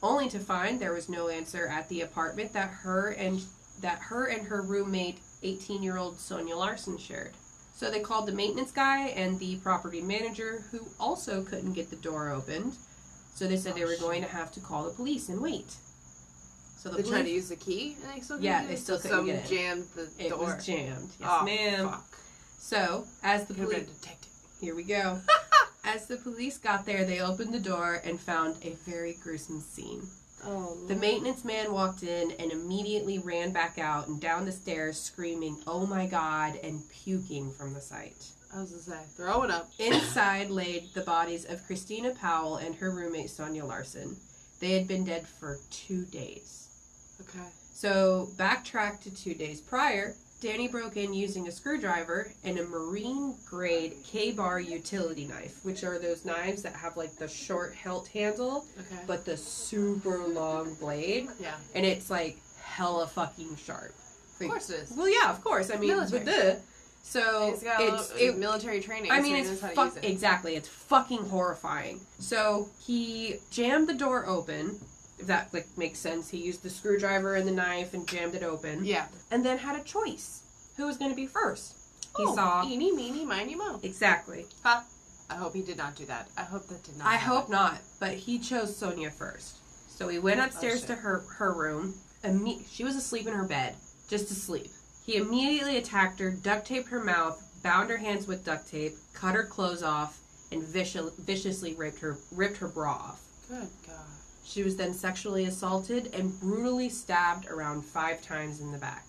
[SPEAKER 1] only to find there was no answer at the apartment that her and that her and her roommate, 18-year-old Sonia Larson shared. So they called the maintenance guy and the property manager, who also couldn't get the door opened. So they said they
[SPEAKER 2] Oh,
[SPEAKER 1] were
[SPEAKER 2] shit.
[SPEAKER 1] going to have to call the police and wait. So the
[SPEAKER 2] They tried to
[SPEAKER 1] police,
[SPEAKER 2] use the key, and they still
[SPEAKER 1] Yeah,
[SPEAKER 2] couldn't
[SPEAKER 1] they
[SPEAKER 2] get it,
[SPEAKER 1] still
[SPEAKER 2] so
[SPEAKER 1] couldn't
[SPEAKER 2] some
[SPEAKER 1] get it.
[SPEAKER 2] jammed the
[SPEAKER 1] it
[SPEAKER 2] door.
[SPEAKER 1] was jammed. Yes,
[SPEAKER 2] oh,
[SPEAKER 1] ma'am.
[SPEAKER 2] Fuck.
[SPEAKER 1] So as the
[SPEAKER 2] Could have
[SPEAKER 1] police,
[SPEAKER 2] been a detective.
[SPEAKER 1] here we go. As the police got there, they opened the door and found a very gruesome scene.
[SPEAKER 2] Oh,
[SPEAKER 1] The maintenance man walked in and immediately ran back out and down the stairs screaming, Oh my god, and puking from the sight.
[SPEAKER 2] I was gonna say throwing up.
[SPEAKER 1] Inside laid the bodies of Christina Powell and her roommate Sonia Larson. They had been dead for two days.
[SPEAKER 2] Okay.
[SPEAKER 1] So, backtrack to two days prior, Danny broke in using a screwdriver and a marine grade K bar utility knife, which are those knives that have like the short hilt handle
[SPEAKER 2] Okay.
[SPEAKER 1] but the super long blade.
[SPEAKER 2] yeah.
[SPEAKER 1] And it's like hella fucking sharp.
[SPEAKER 2] Of course it is.
[SPEAKER 1] Well, yeah, of course. I mean,
[SPEAKER 2] Military.
[SPEAKER 1] with the. So,
[SPEAKER 2] It's got a
[SPEAKER 1] it's.
[SPEAKER 2] little,
[SPEAKER 1] It,
[SPEAKER 2] military training.
[SPEAKER 1] I
[SPEAKER 2] so
[SPEAKER 1] mean,
[SPEAKER 2] he
[SPEAKER 1] it's
[SPEAKER 2] knows how to
[SPEAKER 1] fuck
[SPEAKER 2] use it.
[SPEAKER 1] exactly. It's fucking horrifying. So he jammed the door open, that like makes sense. He used the screwdriver and the knife and jammed it open.
[SPEAKER 2] Yeah.
[SPEAKER 1] And then had a choice. Who was going to be first? He
[SPEAKER 2] Oh,
[SPEAKER 1] saw
[SPEAKER 2] Eeny, meeny, miny, mo.
[SPEAKER 1] exactly.
[SPEAKER 2] Ha. I hope he did not do that. I hope that did not.
[SPEAKER 1] I
[SPEAKER 2] happen.
[SPEAKER 1] hope not, but he chose Sonia first. So he went upstairs
[SPEAKER 2] shit.
[SPEAKER 1] to her her room. Imme- she was asleep in her bed, just asleep. He immediately attacked her, duct taped her mouth, bound her hands with duct tape, cut her clothes off, and vici- viciously ripped her ripped her bra off.
[SPEAKER 2] Good God.
[SPEAKER 1] She was then sexually assaulted and brutally stabbed around five times in the back.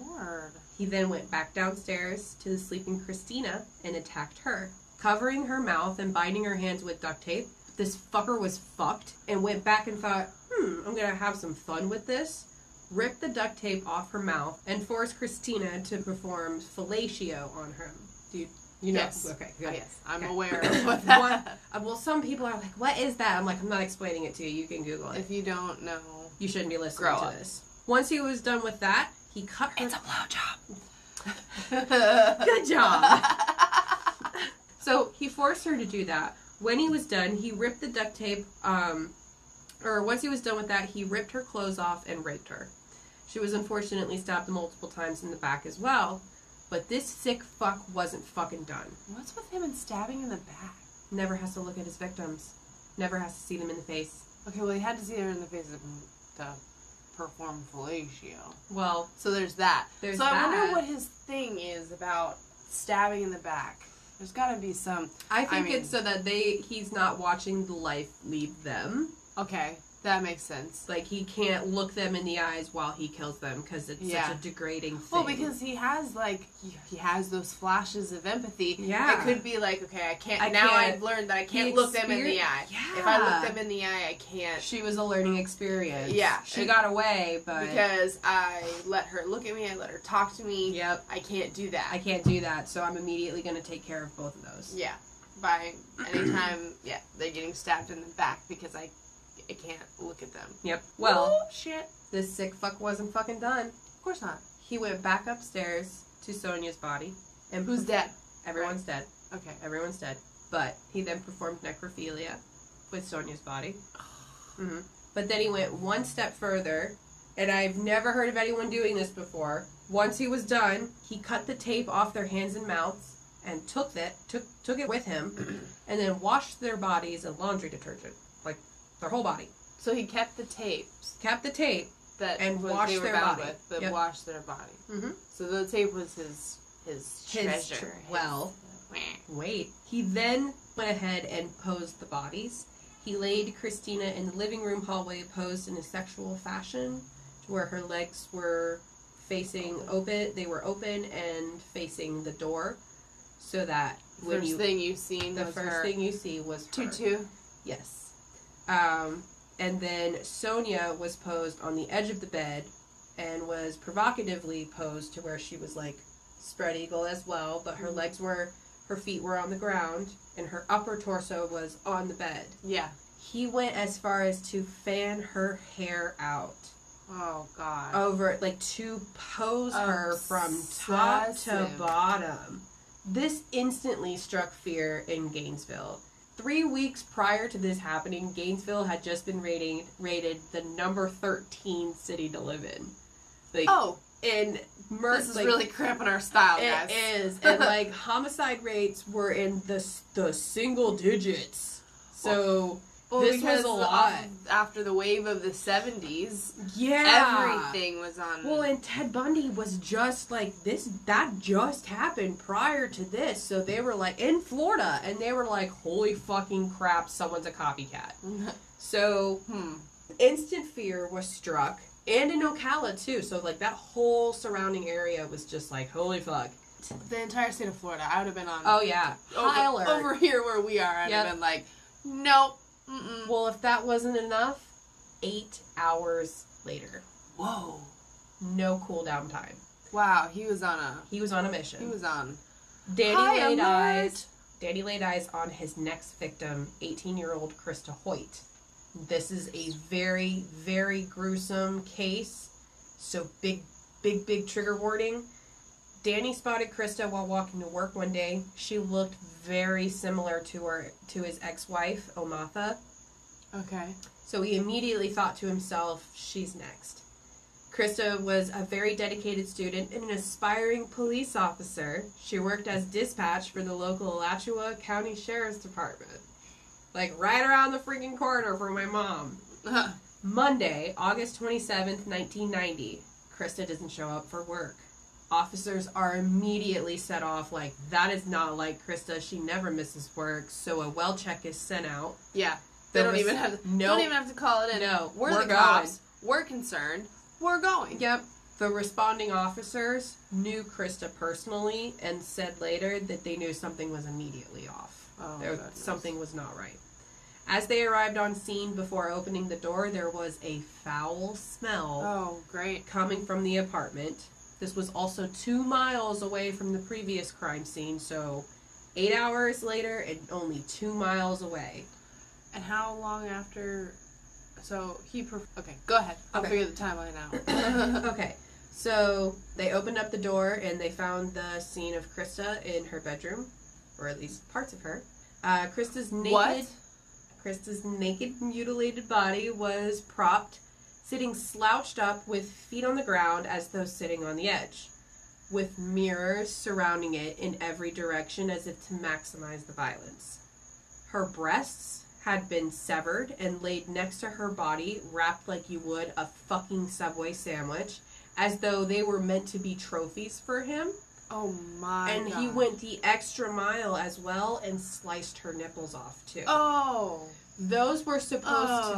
[SPEAKER 2] Lord.
[SPEAKER 1] He then went back downstairs to the sleeping Christina and attacked her, covering her mouth and binding her hands with duct tape. This fucker was fucked and went back and thought, hmm, I'm gonna have some fun with this. Ripped the duct tape off her mouth and forced Christina to perform fellatio on him. Do you, you know?
[SPEAKER 2] Yes.
[SPEAKER 1] Okay,
[SPEAKER 2] Oh,
[SPEAKER 1] good.
[SPEAKER 2] yes, I'm
[SPEAKER 1] Okay.
[SPEAKER 2] aware of what
[SPEAKER 1] What-
[SPEAKER 2] that.
[SPEAKER 1] Uh, well, some people are like, what is that? I'm like, I'm not explaining it to you. You can Google it.
[SPEAKER 2] if you don't know,
[SPEAKER 1] You shouldn't be listening
[SPEAKER 2] Grow
[SPEAKER 1] to
[SPEAKER 2] up.
[SPEAKER 1] this. Once he was done with that, he cut her.
[SPEAKER 2] blowjob.
[SPEAKER 1] Good job. So he forced her to do that. When he was done, he ripped the duct tape, um, or once he was done with that, he ripped her clothes off and raped her. She was unfortunately stabbed multiple times in the back as well, but this sick fuck wasn't fucking done.
[SPEAKER 2] What's with him and stabbing in the back?
[SPEAKER 1] Never has to look at his victims, never has to see them in the face.
[SPEAKER 2] Okay, well, he had to see her in the face of to perform fellatio.
[SPEAKER 1] Well,
[SPEAKER 2] So there's that.
[SPEAKER 1] There's
[SPEAKER 2] so I
[SPEAKER 1] that.
[SPEAKER 2] wonder what his thing is about stabbing in the back. There's got to be some.
[SPEAKER 1] I think
[SPEAKER 2] mean-
[SPEAKER 1] it's so that they he's not watching the life leave them.
[SPEAKER 2] Okay, that makes sense.
[SPEAKER 1] Like he can't look them in the eyes while he kills them because it's
[SPEAKER 2] Yeah.
[SPEAKER 1] such a degrading thing.
[SPEAKER 2] Well, because he has like he, he has those flashes of empathy.
[SPEAKER 1] Yeah.
[SPEAKER 2] it could be like okay, I can't.
[SPEAKER 1] I
[SPEAKER 2] now
[SPEAKER 1] can't-
[SPEAKER 2] I've learned that I can't
[SPEAKER 1] the
[SPEAKER 2] look them in the
[SPEAKER 1] experi-
[SPEAKER 2] eye.
[SPEAKER 1] Yeah.
[SPEAKER 2] If I look them in the eye, I can't.
[SPEAKER 1] She was a learning experience.
[SPEAKER 2] Yeah.
[SPEAKER 1] She got away, but
[SPEAKER 2] because I let her look at me, I let her talk to me.
[SPEAKER 1] yep,
[SPEAKER 2] I can't do that.
[SPEAKER 1] I can't do that. So I'm immediately going to take care of both of those.
[SPEAKER 2] yeah, by anytime, yeah, they're getting stabbed in the back because I, I can't look at them.
[SPEAKER 1] Yep. Well,
[SPEAKER 2] Oh, shit.
[SPEAKER 1] this sick fuck wasn't fucking done.
[SPEAKER 2] Of course not.
[SPEAKER 1] He went back upstairs to Sonia's body and
[SPEAKER 2] Who's
[SPEAKER 1] perf-
[SPEAKER 2] dead?
[SPEAKER 1] Everyone's dead.
[SPEAKER 2] Okay.
[SPEAKER 1] Everyone's dead. But he then performed necrophilia with Sonia's body. hmm But then he went one step further, and I've never heard of anyone doing this before. Once he was done, he cut the tape off their hands and mouths and took that took took it with him, and then washed their bodies in laundry detergent, like their whole body.
[SPEAKER 2] So he kept the tapes
[SPEAKER 1] Kept the tape.
[SPEAKER 2] that
[SPEAKER 1] And
[SPEAKER 2] was,
[SPEAKER 1] washed
[SPEAKER 2] they were
[SPEAKER 1] their
[SPEAKER 2] bound
[SPEAKER 1] body.
[SPEAKER 2] with, that
[SPEAKER 1] Yep.
[SPEAKER 2] washed their body.
[SPEAKER 1] Mhm.
[SPEAKER 2] So the tape was his his,
[SPEAKER 1] His
[SPEAKER 2] treasure.
[SPEAKER 1] tre- well. Wait. He then went ahead and posed the bodies. He laid Christina in the living room hallway, posed in a sexual fashion, to where her legs were facing open. They were open and facing the door, so that when
[SPEAKER 2] first
[SPEAKER 1] you
[SPEAKER 2] thing you've seen
[SPEAKER 1] the
[SPEAKER 2] was
[SPEAKER 1] first
[SPEAKER 2] her
[SPEAKER 1] thing you see was her.
[SPEAKER 2] tutu.
[SPEAKER 1] Yes. Um, and then Sonia was posed on the edge of the bed and was provocatively posed to where she was like spread eagle as well, but her legs were, her feet were on the ground, and her upper torso was on the bed.
[SPEAKER 2] Yeah.
[SPEAKER 1] He went as far as to fan her hair out
[SPEAKER 2] Oh God.
[SPEAKER 1] over, like to pose her from top to
[SPEAKER 2] Oh, Obsessive.
[SPEAKER 1] bottom. This instantly struck fear in Gainesville. Three weeks prior to this happening, Gainesville had just been rating, rated the number 13 city to live in. Like,
[SPEAKER 2] Oh,
[SPEAKER 1] and murder.
[SPEAKER 2] this is really cramping our style, guys.
[SPEAKER 1] It is. And, like, homicide rates were in the, s- the single digits. So,
[SPEAKER 2] Well,
[SPEAKER 1] this was
[SPEAKER 2] because
[SPEAKER 1] a
[SPEAKER 2] of-
[SPEAKER 1] lot.
[SPEAKER 2] After the wave of the '70s,
[SPEAKER 1] yeah.
[SPEAKER 2] everything was on.
[SPEAKER 1] Well, and Ted Bundy was just like this. That just happened prior to this, so they were like in Florida, and they were like, "Holy fucking crap! Someone's a copycat." So
[SPEAKER 2] hmm.
[SPEAKER 1] instant fear was struck, and in Ocala too. So like that whole surrounding area was just like, "Holy fuck!"
[SPEAKER 2] The entire state of Florida, I would have been on.
[SPEAKER 1] Oh yeah, high
[SPEAKER 2] over,
[SPEAKER 1] alert.
[SPEAKER 2] over here where we are, I'd
[SPEAKER 1] Yep.
[SPEAKER 2] have been like, nope. Mm-mm.
[SPEAKER 1] Well, if that wasn't enough, eight hours later,
[SPEAKER 2] Whoa!
[SPEAKER 1] no cool down time.
[SPEAKER 2] Wow, he was on a.
[SPEAKER 1] He was on a mission.
[SPEAKER 2] He was on.
[SPEAKER 1] Danny
[SPEAKER 2] Hi,
[SPEAKER 1] laid
[SPEAKER 2] alert.
[SPEAKER 1] eyes. Danny laid eyes on his next victim, 18-year-old Krista Hoyt. This is a very, very gruesome case. So big, big, big trigger warning. Danny spotted Krista while walking to work one day. She looked very similar to her to his ex-wife, Omatha.
[SPEAKER 2] Okay.
[SPEAKER 1] So he immediately thought to himself, she's next. Krista was a very dedicated student and an aspiring police officer. She worked as dispatch for the local Alachua County Sheriff's Department. Like right around the freaking corner from my mom. Monday, August 27th, 1990. Krista doesn't show up for work. Officers are immediately set off like, that is not like Krista. She never misses work. So a well check is sent out.
[SPEAKER 2] yeah. They
[SPEAKER 1] There
[SPEAKER 2] don't
[SPEAKER 1] was-
[SPEAKER 2] even have. they
[SPEAKER 1] Nope.
[SPEAKER 2] Don't even have to call it in.
[SPEAKER 1] No,
[SPEAKER 2] We're,
[SPEAKER 1] we're
[SPEAKER 2] the
[SPEAKER 1] going.
[SPEAKER 2] cops. We're concerned. We're going.
[SPEAKER 1] Yep. The responding officers knew Krista personally and said later that they knew something was immediately off.
[SPEAKER 2] Oh,
[SPEAKER 1] There-
[SPEAKER 2] goodness.
[SPEAKER 1] something was not right. As they arrived on scene before opening the door, there was a foul smell
[SPEAKER 2] Oh, great.
[SPEAKER 1] coming from the apartment. This was also two miles away from the previous crime scene, so eight hours later and only two miles away.
[SPEAKER 2] And how long after? So he. Per- okay, go ahead. I'll
[SPEAKER 1] Okay.
[SPEAKER 2] figure the timeline out.
[SPEAKER 1] Okay, so they opened up the door and they found the scene of Krista in her bedroom, or at least parts of her. Uh, Krista's naked,
[SPEAKER 2] What?
[SPEAKER 1] Krista's naked, mutilated body was propped, sitting slouched up with feet on the ground as though sitting on the edge, with mirrors surrounding it in every direction as if to maximize the violence. Her breasts had been severed and laid next to her body, wrapped like you would a fucking Subway sandwich, as though they were meant to be trophies for him.
[SPEAKER 2] oh my.
[SPEAKER 1] and he
[SPEAKER 2] God.
[SPEAKER 1] went the extra mile as well and sliced her nipples off too.
[SPEAKER 2] Oh.
[SPEAKER 1] Those were supposed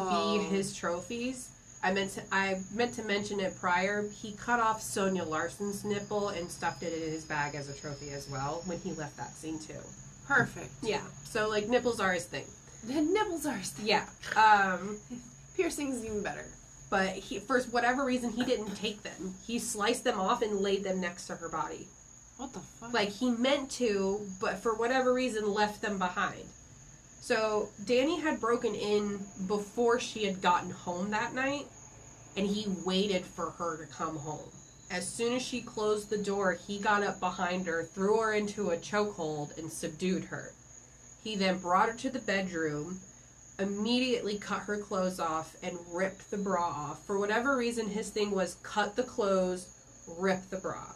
[SPEAKER 2] Oh.
[SPEAKER 1] to be his trophies. I meant to, I meant to mention it prior. He cut off Sonia Larson's nipple and stuffed it in his bag as a trophy as well when he left that scene too.
[SPEAKER 2] Perfect.
[SPEAKER 1] Yeah. So like nipples are his thing.
[SPEAKER 2] The nipples are st-
[SPEAKER 1] Yeah. Um
[SPEAKER 2] piercings is even better.
[SPEAKER 1] but he, for whatever reason, he didn't take them. He sliced them off and laid them next to her body.
[SPEAKER 2] What the fuck?
[SPEAKER 1] Like he meant to, but for whatever reason, left them behind. So Danny had broken in before she had gotten home that night, and he waited for her to come home. As soon as she closed the door, he got up behind her, threw her into a chokehold, and subdued her. He then brought her to the bedroom, immediately cut her clothes off, and ripped the bra off. For whatever reason, his thing was cut the clothes, rip the bra.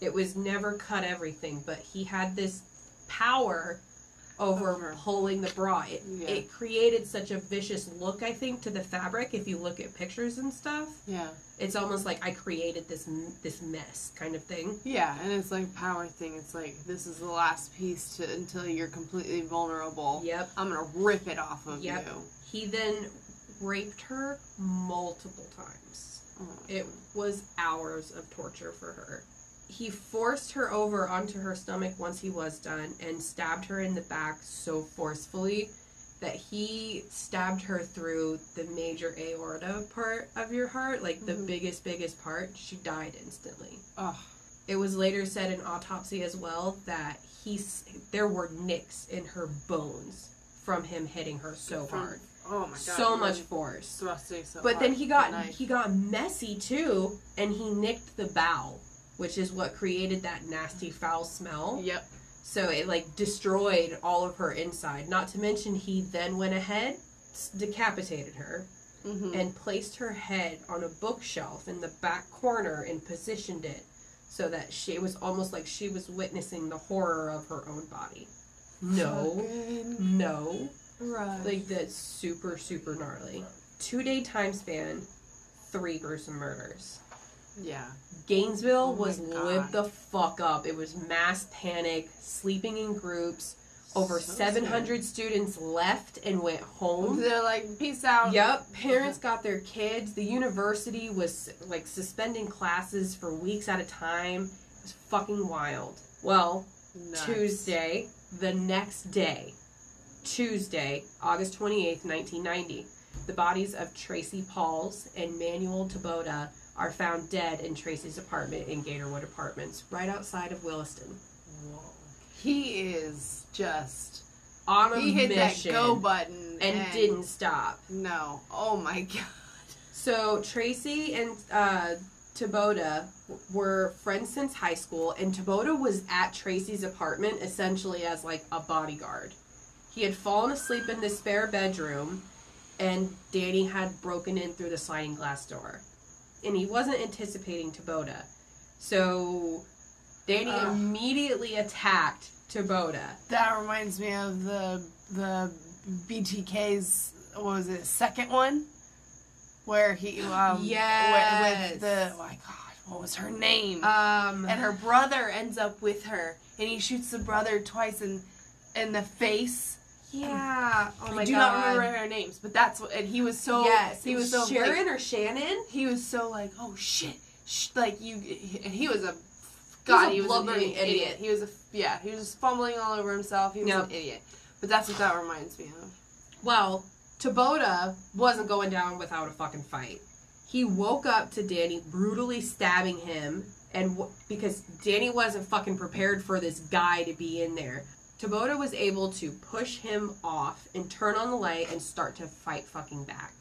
[SPEAKER 1] It was never cut everything, but he had this power over
[SPEAKER 2] Over.
[SPEAKER 1] pulling the bra. It,
[SPEAKER 2] Yeah.
[SPEAKER 1] it created such a vicious look, I think, to the fabric. If you look at pictures and stuff,
[SPEAKER 2] yeah.
[SPEAKER 1] it's almost like I created this m- this mess kind of thing.
[SPEAKER 2] Yeah, and it's like power thing. It's like this is the last piece to until you're completely vulnerable.
[SPEAKER 1] Yep.
[SPEAKER 2] I'm gonna rip it off of
[SPEAKER 1] Yep.
[SPEAKER 2] you.
[SPEAKER 1] He then raped her multiple times.
[SPEAKER 2] Oh.
[SPEAKER 1] It was hours of torture for her. He forced her over onto her stomach once he was done and stabbed her in the back so forcefully that he stabbed her through the major aorta part of your heart, like the
[SPEAKER 2] Mhm.
[SPEAKER 1] biggest, biggest part. She died instantly.
[SPEAKER 2] Ugh.
[SPEAKER 1] It was later said in autopsy as well that he s- there were nicks in her bones from him hitting her so
[SPEAKER 2] From-
[SPEAKER 1] hard,
[SPEAKER 2] Oh my god.
[SPEAKER 1] so
[SPEAKER 2] really
[SPEAKER 1] much force.
[SPEAKER 2] thrusting so
[SPEAKER 1] But
[SPEAKER 2] hard
[SPEAKER 1] then
[SPEAKER 2] with
[SPEAKER 1] he
[SPEAKER 2] the
[SPEAKER 1] got
[SPEAKER 2] knife.
[SPEAKER 1] he got messy too, and he nicked the bow, which is what created that nasty foul smell.
[SPEAKER 2] Yep.
[SPEAKER 1] So it like destroyed all of her inside. Not to mention he then went ahead, s- decapitated her,
[SPEAKER 2] hmm
[SPEAKER 1] and placed her head on a bookshelf in the back corner and positioned it so that she it was almost like she was witnessing the horror of her own body. No,
[SPEAKER 2] Fucking
[SPEAKER 1] no,
[SPEAKER 2] right.
[SPEAKER 1] like that's super super gnarly. Two day time span, three gruesome murders.
[SPEAKER 2] yeah.
[SPEAKER 1] Gainesville
[SPEAKER 2] Oh my
[SPEAKER 1] was
[SPEAKER 2] God.
[SPEAKER 1] lit the fuck up. It was mass panic, sleeping in groups. Over
[SPEAKER 2] So scary.
[SPEAKER 1] 700 students left and went home.
[SPEAKER 2] They're like, peace out.
[SPEAKER 1] Yep, parents got their kids. The university was like suspending classes for weeks at a time. It was fucking wild. Well,
[SPEAKER 2] Nuts.
[SPEAKER 1] Tuesday, the next day, Tuesday, August 28th, 1990, the bodies of Tracy Pauls and Manuel Taboda are found dead in Tracy's apartment in Gatorwood Apartments, right outside of Williston.
[SPEAKER 2] Whoa. He is just.
[SPEAKER 1] On a
[SPEAKER 2] He hit
[SPEAKER 1] mission
[SPEAKER 2] that go button
[SPEAKER 1] and didn't stop.
[SPEAKER 2] No. Oh my god.
[SPEAKER 1] So Tracy and uh, Taboda w- were friends since high school, and Taboda was at Tracy's apartment essentially as like a bodyguard. He had fallen asleep in the spare bedroom, and Danny had broken in through the sliding glass door. And he wasn't anticipating Taboda. So Danny
[SPEAKER 2] Ugh.
[SPEAKER 1] immediately attacked Taboda.
[SPEAKER 2] That reminds me of the the BTK's what was it second one, where he um
[SPEAKER 1] Yes.
[SPEAKER 2] with, with the oh my god what was her name
[SPEAKER 1] Um
[SPEAKER 2] and her brother ends up with her and he shoots the brother twice in in the face.
[SPEAKER 1] Yeah. Oh my
[SPEAKER 2] I do
[SPEAKER 1] god.
[SPEAKER 2] not remember their names, but that's what and he was so
[SPEAKER 1] yes.
[SPEAKER 2] he was so like,
[SPEAKER 1] Sharon or Shannon?
[SPEAKER 2] he was so like, oh shit, sh-, like you, and he was a, god,
[SPEAKER 1] a
[SPEAKER 2] he was, an
[SPEAKER 1] blubbering
[SPEAKER 2] idiot.
[SPEAKER 1] idiot.
[SPEAKER 2] He was a, yeah, he was just fumbling all over himself. He was
[SPEAKER 1] Yep.
[SPEAKER 2] an idiot. But that's what that reminds me of.
[SPEAKER 1] Well, Taboda wasn't going down without a fucking fight. He woke up to Danny brutally stabbing him, and w- because Danny wasn't fucking prepared for this guy to be in there, Taboda was able to push him off and turn on the light and start to fight fucking back.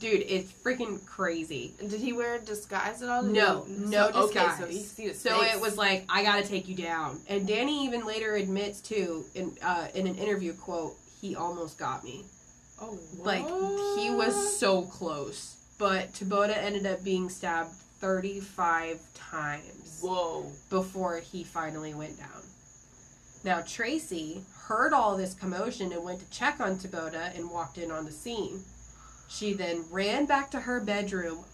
[SPEAKER 1] Dude, it's freaking crazy.
[SPEAKER 2] And did he wear a disguise at all? Did
[SPEAKER 1] No,
[SPEAKER 2] he-
[SPEAKER 1] no
[SPEAKER 2] so,
[SPEAKER 1] disguise.
[SPEAKER 2] Okay, so he see his
[SPEAKER 1] So
[SPEAKER 2] face.
[SPEAKER 1] it was like, I gotta take you down. And Danny even later admits to in uh, in an interview quote, he almost got me.
[SPEAKER 2] oh,
[SPEAKER 1] Like he was
[SPEAKER 2] what?
[SPEAKER 1] so close, but Taboda ended up being stabbed 35 times
[SPEAKER 2] Whoa.
[SPEAKER 1] before he finally went down. Now Tracy heard all this commotion and went to check on Taboda and walked in on the scene. She then ran back to her bedroom.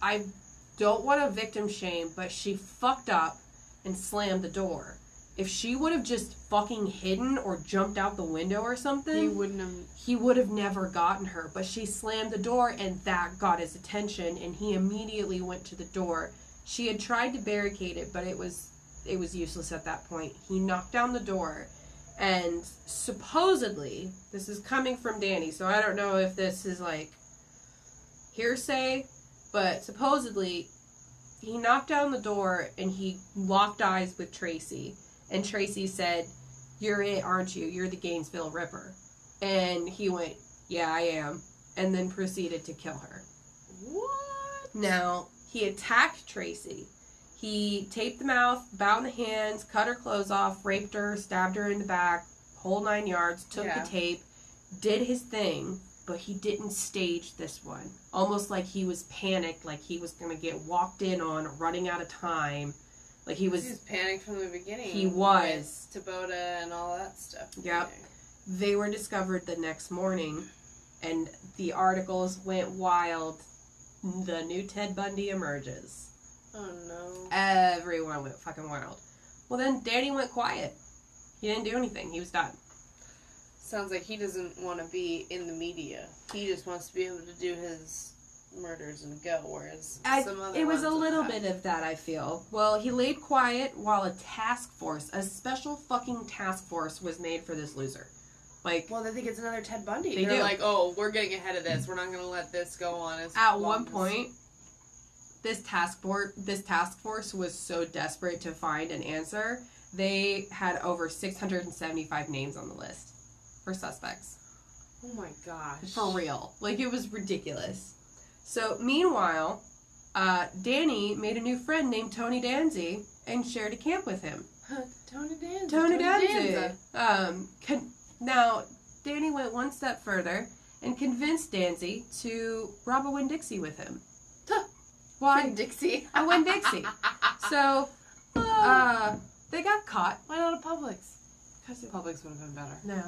[SPEAKER 1] I don't want to victim shame, but she fucked up and slammed the door. If she would have just fucking hidden or jumped out the window or something,
[SPEAKER 2] He wouldn't have.
[SPEAKER 1] he would have never gotten her, but she slammed the door and that got his attention and he immediately went to the door. She had tried to barricade it, but it was it was useless at that point. He knocked down the door and supposedly this is coming from Danny, so I don't know if this is like hearsay, but supposedly he knocked down the door and he locked eyes with Tracy and Tracy said, "You're it, aren't you? You're the Gainesville Ripper." And he went, Yeah, I am. And then proceeded to kill her.
[SPEAKER 2] What?
[SPEAKER 1] Now, he attacked Tracy. He taped the mouth, bound the hands, cut her clothes off, raped her, stabbed her in the back, whole nine yards, took
[SPEAKER 2] Yeah.
[SPEAKER 1] the tape, did his thing, but he didn't stage this one. Almost like he was panicked, like he was going to get walked in on, running out of time. Like he was
[SPEAKER 2] He was panicked from the beginning.
[SPEAKER 1] He was.
[SPEAKER 2] with Taboda and all that stuff.
[SPEAKER 1] Yep. they were discovered the next morning and the articles went wild the new ted bundy emerges
[SPEAKER 2] Oh no.
[SPEAKER 1] everyone went fucking wild well then danny went quiet he didn't do anything he was done
[SPEAKER 2] Sounds like he doesn't want to be in the media. He just wants to be able to do his murders and go. Whereas
[SPEAKER 1] I-
[SPEAKER 2] some other
[SPEAKER 1] it was a
[SPEAKER 2] ones
[SPEAKER 1] little
[SPEAKER 2] have-
[SPEAKER 1] bit of that i feel well he laid quiet while a task force a special fucking task force was made for this loser like
[SPEAKER 2] Well, they think it's another Ted Bundy.
[SPEAKER 1] They
[SPEAKER 2] They are
[SPEAKER 1] do.
[SPEAKER 2] like, oh, we're getting ahead of this. We're not going to let this go on. As
[SPEAKER 1] at
[SPEAKER 2] long
[SPEAKER 1] one
[SPEAKER 2] as-"
[SPEAKER 1] point this task board this task force was so desperate to find an answer they had over 675 names on the list for suspects
[SPEAKER 2] Oh my gosh.
[SPEAKER 1] for real like it was ridiculous so meanwhile uh, danny made a new friend named tony danzi and shared a camp with him
[SPEAKER 2] Tony Danza.
[SPEAKER 1] Tony Danza.
[SPEAKER 2] Danza.
[SPEAKER 1] Um, con- now, Danny went one step further and convinced Danzy to rob a Winn Dixie with him.
[SPEAKER 2] Huh.
[SPEAKER 1] Why?
[SPEAKER 2] Dixie.
[SPEAKER 1] A Winn Dixie. So, uh, they got caught.
[SPEAKER 2] Why not a Publix? Because Publix would have been better.
[SPEAKER 1] No.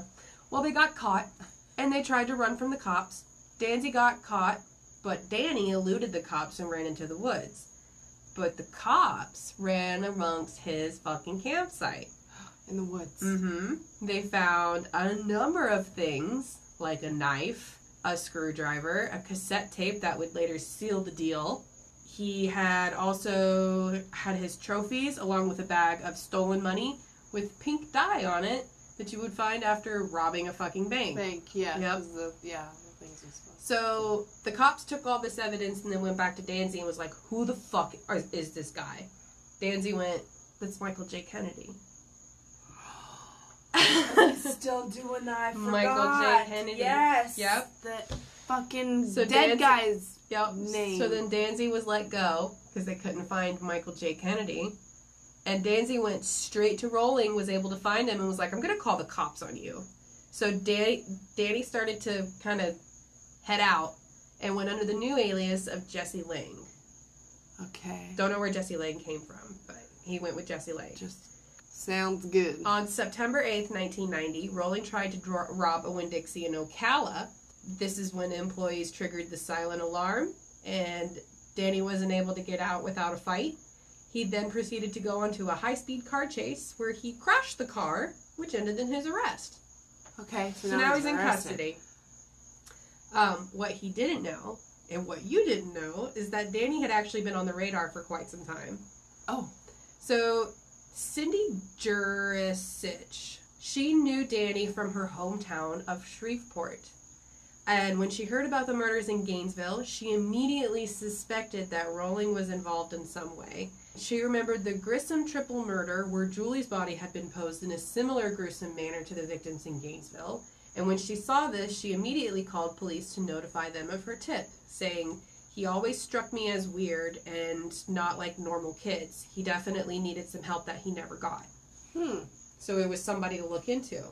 [SPEAKER 1] Well, they got caught and they tried to run from the cops. Danzy got caught, but Danny eluded the cops and ran into the woods. But the cops ran amongst his fucking campsite.
[SPEAKER 2] In the woods.
[SPEAKER 1] hmm They found a number of things, like a knife, a screwdriver, a cassette tape that would later seal the deal. He had also had his trophies along with a bag of stolen money with pink dye on it that you would find after robbing a fucking bank.
[SPEAKER 2] Bank, yeah.
[SPEAKER 1] Yep.
[SPEAKER 2] 'cause The, yeah, the things are supposed
[SPEAKER 1] So the cops took all this evidence and then went back to Danzy and was like, "Who the fuck are, is this guy?" Danzy went, "That's Michael J. Kennedy."
[SPEAKER 2] Still doing that. I
[SPEAKER 1] Michael J.
[SPEAKER 2] forgot.
[SPEAKER 1] Kennedy.
[SPEAKER 2] Yes.
[SPEAKER 1] Yep.
[SPEAKER 2] The fucking
[SPEAKER 1] So
[SPEAKER 2] dead
[SPEAKER 1] Danza-
[SPEAKER 2] guys.
[SPEAKER 1] Yep.
[SPEAKER 2] name.
[SPEAKER 1] So then Danzy was let go because they couldn't find Michael J. Kennedy. And Danzy went straight to Rolling, was able to find him, and was like, I'm going to call the cops on you. So Danny, Danny started to kind of head out, and went under the new alias of Jesse Lang.
[SPEAKER 2] Okay.
[SPEAKER 1] Don't know where Jesse Lang came from, but he went with Jesse Lang.
[SPEAKER 2] Just sounds good.
[SPEAKER 1] On September 8th, 1990, Rowling tried to dro- rob a Winn Dixie in Ocala. This is when employees triggered the silent alarm, and Danny wasn't able to get out without a fight. He then proceeded to go onto a high speed car chase where he crashed the car, which ended in his arrest.
[SPEAKER 2] Okay.
[SPEAKER 1] So now, he's in custody. Um, what he didn't know, and what you didn't know, is that Danny had actually been on the radar for quite some time.
[SPEAKER 2] Oh.
[SPEAKER 1] So Cindy Jurisic, she knew Danny from her hometown of Shreveport. And when she heard about the murders in Gainesville, she immediately suspected that Rowling was involved in some way. She remembered the gruesome triple murder where Julie's body had been posed in a similar gruesome manner to the victims in Gainesville. And when she saw this, she immediately called police to notify them of her tip, saying, He always struck me as weird and not like normal kids. He definitely needed some help that he never got.
[SPEAKER 2] Hmm.
[SPEAKER 1] So it was somebody to look into.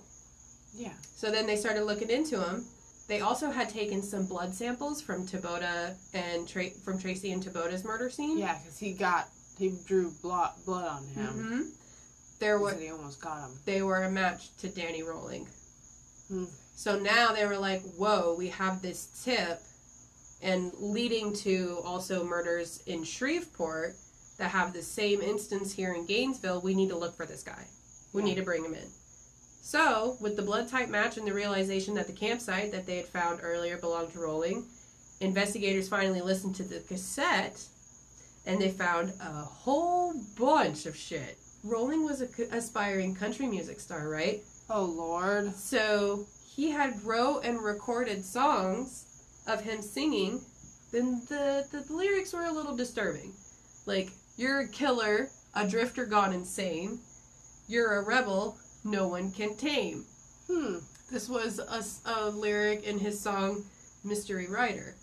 [SPEAKER 2] Yeah.
[SPEAKER 1] So then they started looking into him. They also had taken some blood samples from Taboda and Tra- from Tracy and Taboda's murder scene.
[SPEAKER 2] Yeah, because he got he drew blood blood on him.
[SPEAKER 1] hmm There
[SPEAKER 2] He
[SPEAKER 1] were
[SPEAKER 2] said he almost got him.
[SPEAKER 1] they were a match to Danny Rowling.
[SPEAKER 2] Hmm.
[SPEAKER 1] So now they were like, "Whoa, we have this tip," and leading to also murders in Shreveport that have the same instance here in Gainesville. We need to look for this guy. We
[SPEAKER 2] Yeah.
[SPEAKER 1] need to bring him in. So, with the blood type match and the realization that the campsite that they had found earlier belonged to Rowling, investigators finally listened to the cassette and they found a whole bunch of shit. Rowling was a c aspiring country music star, right?
[SPEAKER 2] Oh Lord.
[SPEAKER 1] So he had wrote and recorded songs of him singing. Then the, the the lyrics were a little disturbing, like "You're a killer, a drifter gone insane. You're a rebel, no one can tame."
[SPEAKER 2] Hmm.
[SPEAKER 1] This was a, s- a lyric in his song Mystery Rider.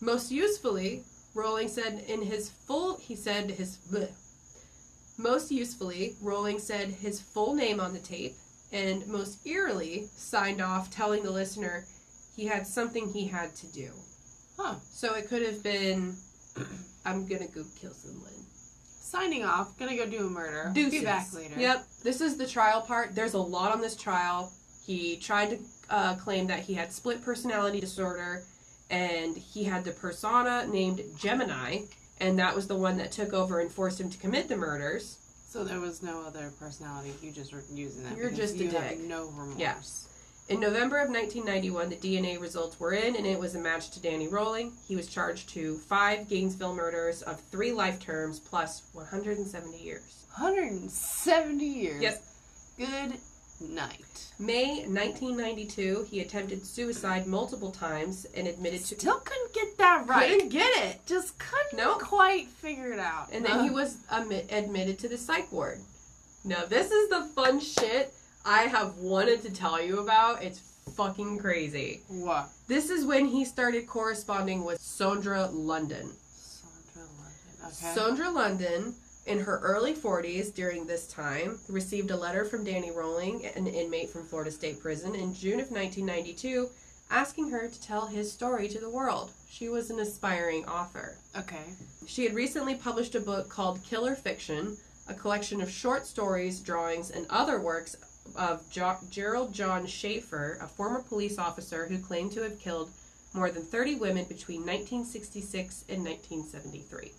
[SPEAKER 1] Most usefully, Rowling said in his full he said his bleh. most usefully, Rowling said his full name on the tape and most eerily signed off telling the listener he had something he had to do.
[SPEAKER 2] Huh.
[SPEAKER 1] So it could have been I'm gonna go kill someone.
[SPEAKER 2] Signing off. Gonna go do a murder.
[SPEAKER 1] Deuces.
[SPEAKER 2] Be back later.
[SPEAKER 1] Yep. This is the trial part. There's a lot on this trial. He tried to uh, claim that he had split personality disorder, and he had the persona named Gemini, and that was the one that took over and forced him to commit the murders.
[SPEAKER 2] So there was no other personality. You just were using that.
[SPEAKER 1] You're
[SPEAKER 2] because
[SPEAKER 1] just a
[SPEAKER 2] you have
[SPEAKER 1] dick.
[SPEAKER 2] No remorse.
[SPEAKER 1] Yeah. In November of 1991, the DNA results were in, and it was a match to Danny Rowling. He was charged to five Gainesville murders of three life terms plus 170 years.
[SPEAKER 2] 170 years.
[SPEAKER 1] Yep.
[SPEAKER 2] Good night.
[SPEAKER 1] May 1992, he attempted suicide multiple times and admitted to
[SPEAKER 2] Still couldn't get that right.
[SPEAKER 1] Couldn't get it.
[SPEAKER 2] Just couldn't
[SPEAKER 1] Nope.
[SPEAKER 2] quite figure it out.
[SPEAKER 1] And then he was admi- admitted to the psych ward. Now, this is the fun shit I have wanted to tell you about. It's fucking crazy.
[SPEAKER 2] What?
[SPEAKER 1] This is when he started corresponding with Sondra London.
[SPEAKER 2] Sandra London. Okay.
[SPEAKER 1] Sondra London, in her early 40s during this time, received a letter from Danny Rowling, an inmate from Florida State Prison, in June of 1992, asking her to tell his story to the world. She was an aspiring author.
[SPEAKER 2] okay.
[SPEAKER 1] She had recently published a book called Killer Fiction, a collection of short stories, drawings, and other works of jo- Gerald John Schaefer, a former police officer who claimed to have killed more than 30 women between 1966 and 1973.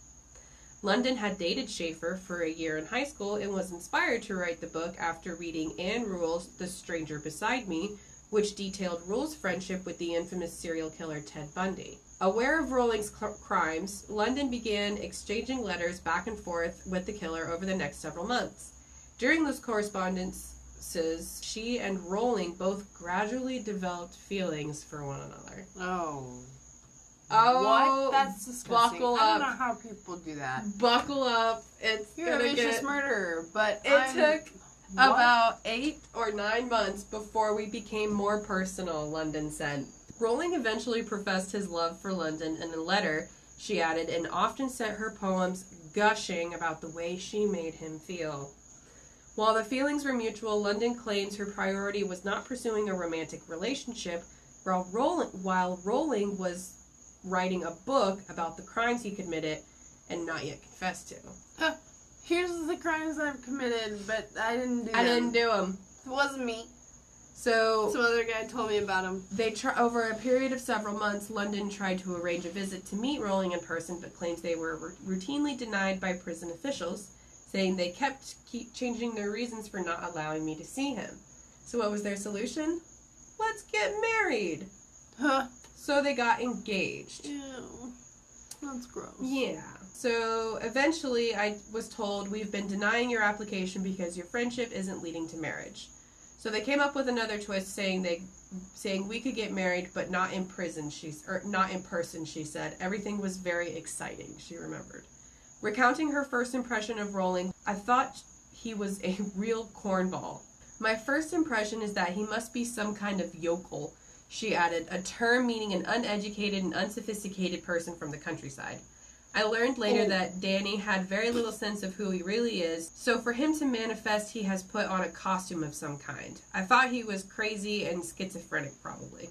[SPEAKER 1] London had dated Schaefer for a year in high school and was inspired to write the book after reading Anne Rule's The Stranger Beside Me, which detailed Rule's friendship with the infamous serial killer Ted Bundy. Aware of Rowling's cr- crimes, London began exchanging letters back and forth with the killer over the next several months. During those correspondences, she and Rowling both gradually developed feelings for one another.
[SPEAKER 2] Oh.
[SPEAKER 1] Oh,
[SPEAKER 2] what? That's disgusting.
[SPEAKER 1] buckle
[SPEAKER 2] I don't
[SPEAKER 1] up.
[SPEAKER 2] know how people do that.
[SPEAKER 1] Buckle up, it's
[SPEAKER 2] You're a
[SPEAKER 1] gonna
[SPEAKER 2] vicious
[SPEAKER 1] get
[SPEAKER 2] murderer, but
[SPEAKER 1] It
[SPEAKER 2] I'm-
[SPEAKER 1] took
[SPEAKER 2] What?
[SPEAKER 1] About eight or nine months before we became more personal, London said. Rowling eventually professed his love for London in a letter, she added, and often sent her poems gushing about the way she made him feel. While the feelings were mutual, London claims her priority was not pursuing a romantic relationship, while Rowling, while Rowling was writing a book about the crimes he committed and not yet confessed to.
[SPEAKER 2] Here's the crimes I've committed, but I didn't do
[SPEAKER 1] I
[SPEAKER 2] them.
[SPEAKER 1] didn't do them.
[SPEAKER 2] It wasn't me.
[SPEAKER 1] So
[SPEAKER 2] Some other guy told me about him.
[SPEAKER 1] They try over a period of several months. London tried to arrange a visit to meet Rowling in person, but claims they were ru- routinely denied by prison officials, saying they kept keep changing their reasons for not allowing me to see him. So what was their solution? Let's get married.
[SPEAKER 2] Huh.
[SPEAKER 1] So they got engaged.
[SPEAKER 2] Ew. That's gross.
[SPEAKER 1] Yeah. So eventually, I was told we've been denying your application because your friendship isn't leading to marriage. So they came up with another twist, saying they, saying we could get married, but not in prison. She's or not in person. She said everything was very exciting. She remembered, recounting her first impression of Rowling. I thought he was a real cornball. My first impression is that he must be some kind of yokel. She added, a term meaning an uneducated and unsophisticated person from the countryside. I learned later
[SPEAKER 2] Oh.
[SPEAKER 1] that Danny had very little sense of who he really is, so for him to manifest, he has put on a costume of some kind. I thought he was crazy and schizophrenic, probably.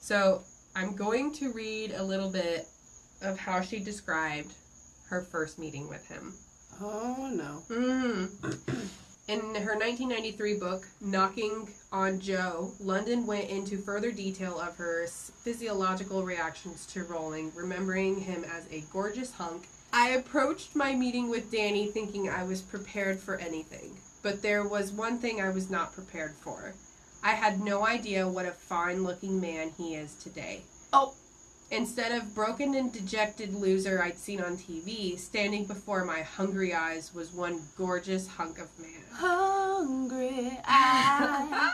[SPEAKER 1] So I'm going to read a little bit of how she described her first meeting with him.
[SPEAKER 2] Oh no.
[SPEAKER 1] Mm. In her 1993 book, Knocking on Joe, London went into further detail of her s- physiological reactions to Rowling, remembering him as a gorgeous hunk. I approached my meeting with Danny thinking I was prepared for anything, but there was one thing I was not prepared for. I had no idea what a fine looking man he is today.
[SPEAKER 2] Oh.
[SPEAKER 1] Instead of broken and dejected loser I'd seen on TV, standing before my hungry eyes was one gorgeous hunk of man.
[SPEAKER 2] Hungry eyes.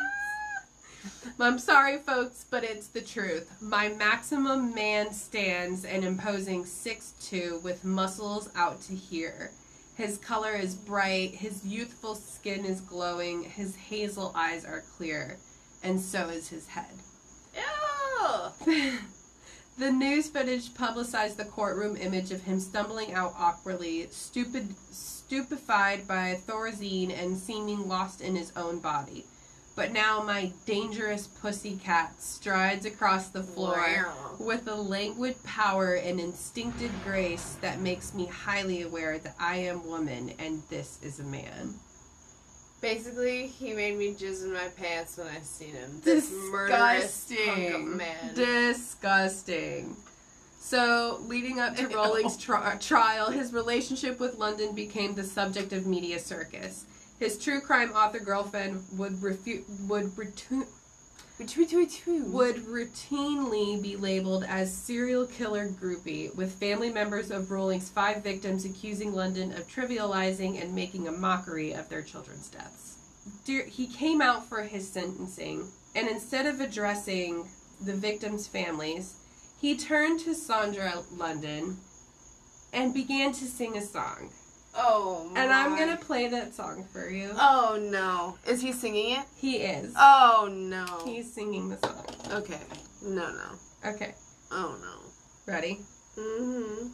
[SPEAKER 1] I'm sorry, folks, but it's the truth. My maximum man stands an imposing 6'2 with muscles out to here. His color is bright, his youthful skin is glowing, his hazel eyes are clear, and so is his head.
[SPEAKER 2] Ew.
[SPEAKER 1] the news footage publicized the courtroom image of him stumbling out awkwardly, stupid, stupefied by Thorazine and seeming lost in his own body. But now my dangerous pussy cat strides across the floor
[SPEAKER 2] Wow.
[SPEAKER 1] with a languid power and instinctive grace that makes me highly aware that I am woman and this is a man.
[SPEAKER 2] Basically, he made me jizz in my pants when I seen him. This murderous hunk of
[SPEAKER 1] Disgusting.
[SPEAKER 2] man.
[SPEAKER 1] Disgusting. So, leading up to
[SPEAKER 2] Ew.
[SPEAKER 1] Rowling's tri- trial, his relationship with London became the subject of media circus. His true crime author girlfriend would refu- would retu-
[SPEAKER 2] Between two, two.
[SPEAKER 1] would routinely be labeled as serial killer groupie, with family members of Rowling's five victims accusing London of trivializing and making a mockery of their children's deaths. Dur- he came out for his sentencing, and instead of addressing the victims' families, he turned to Sandra London and began to sing a song.
[SPEAKER 2] Oh. My.
[SPEAKER 1] And I'm gonna play that song for you.
[SPEAKER 2] Oh no. Is he singing it?
[SPEAKER 1] He is.
[SPEAKER 2] Oh no.
[SPEAKER 1] He's singing the song.
[SPEAKER 2] Okay. No no.
[SPEAKER 1] Okay,
[SPEAKER 2] Oh no.
[SPEAKER 1] ready?
[SPEAKER 2] Mm-hmm.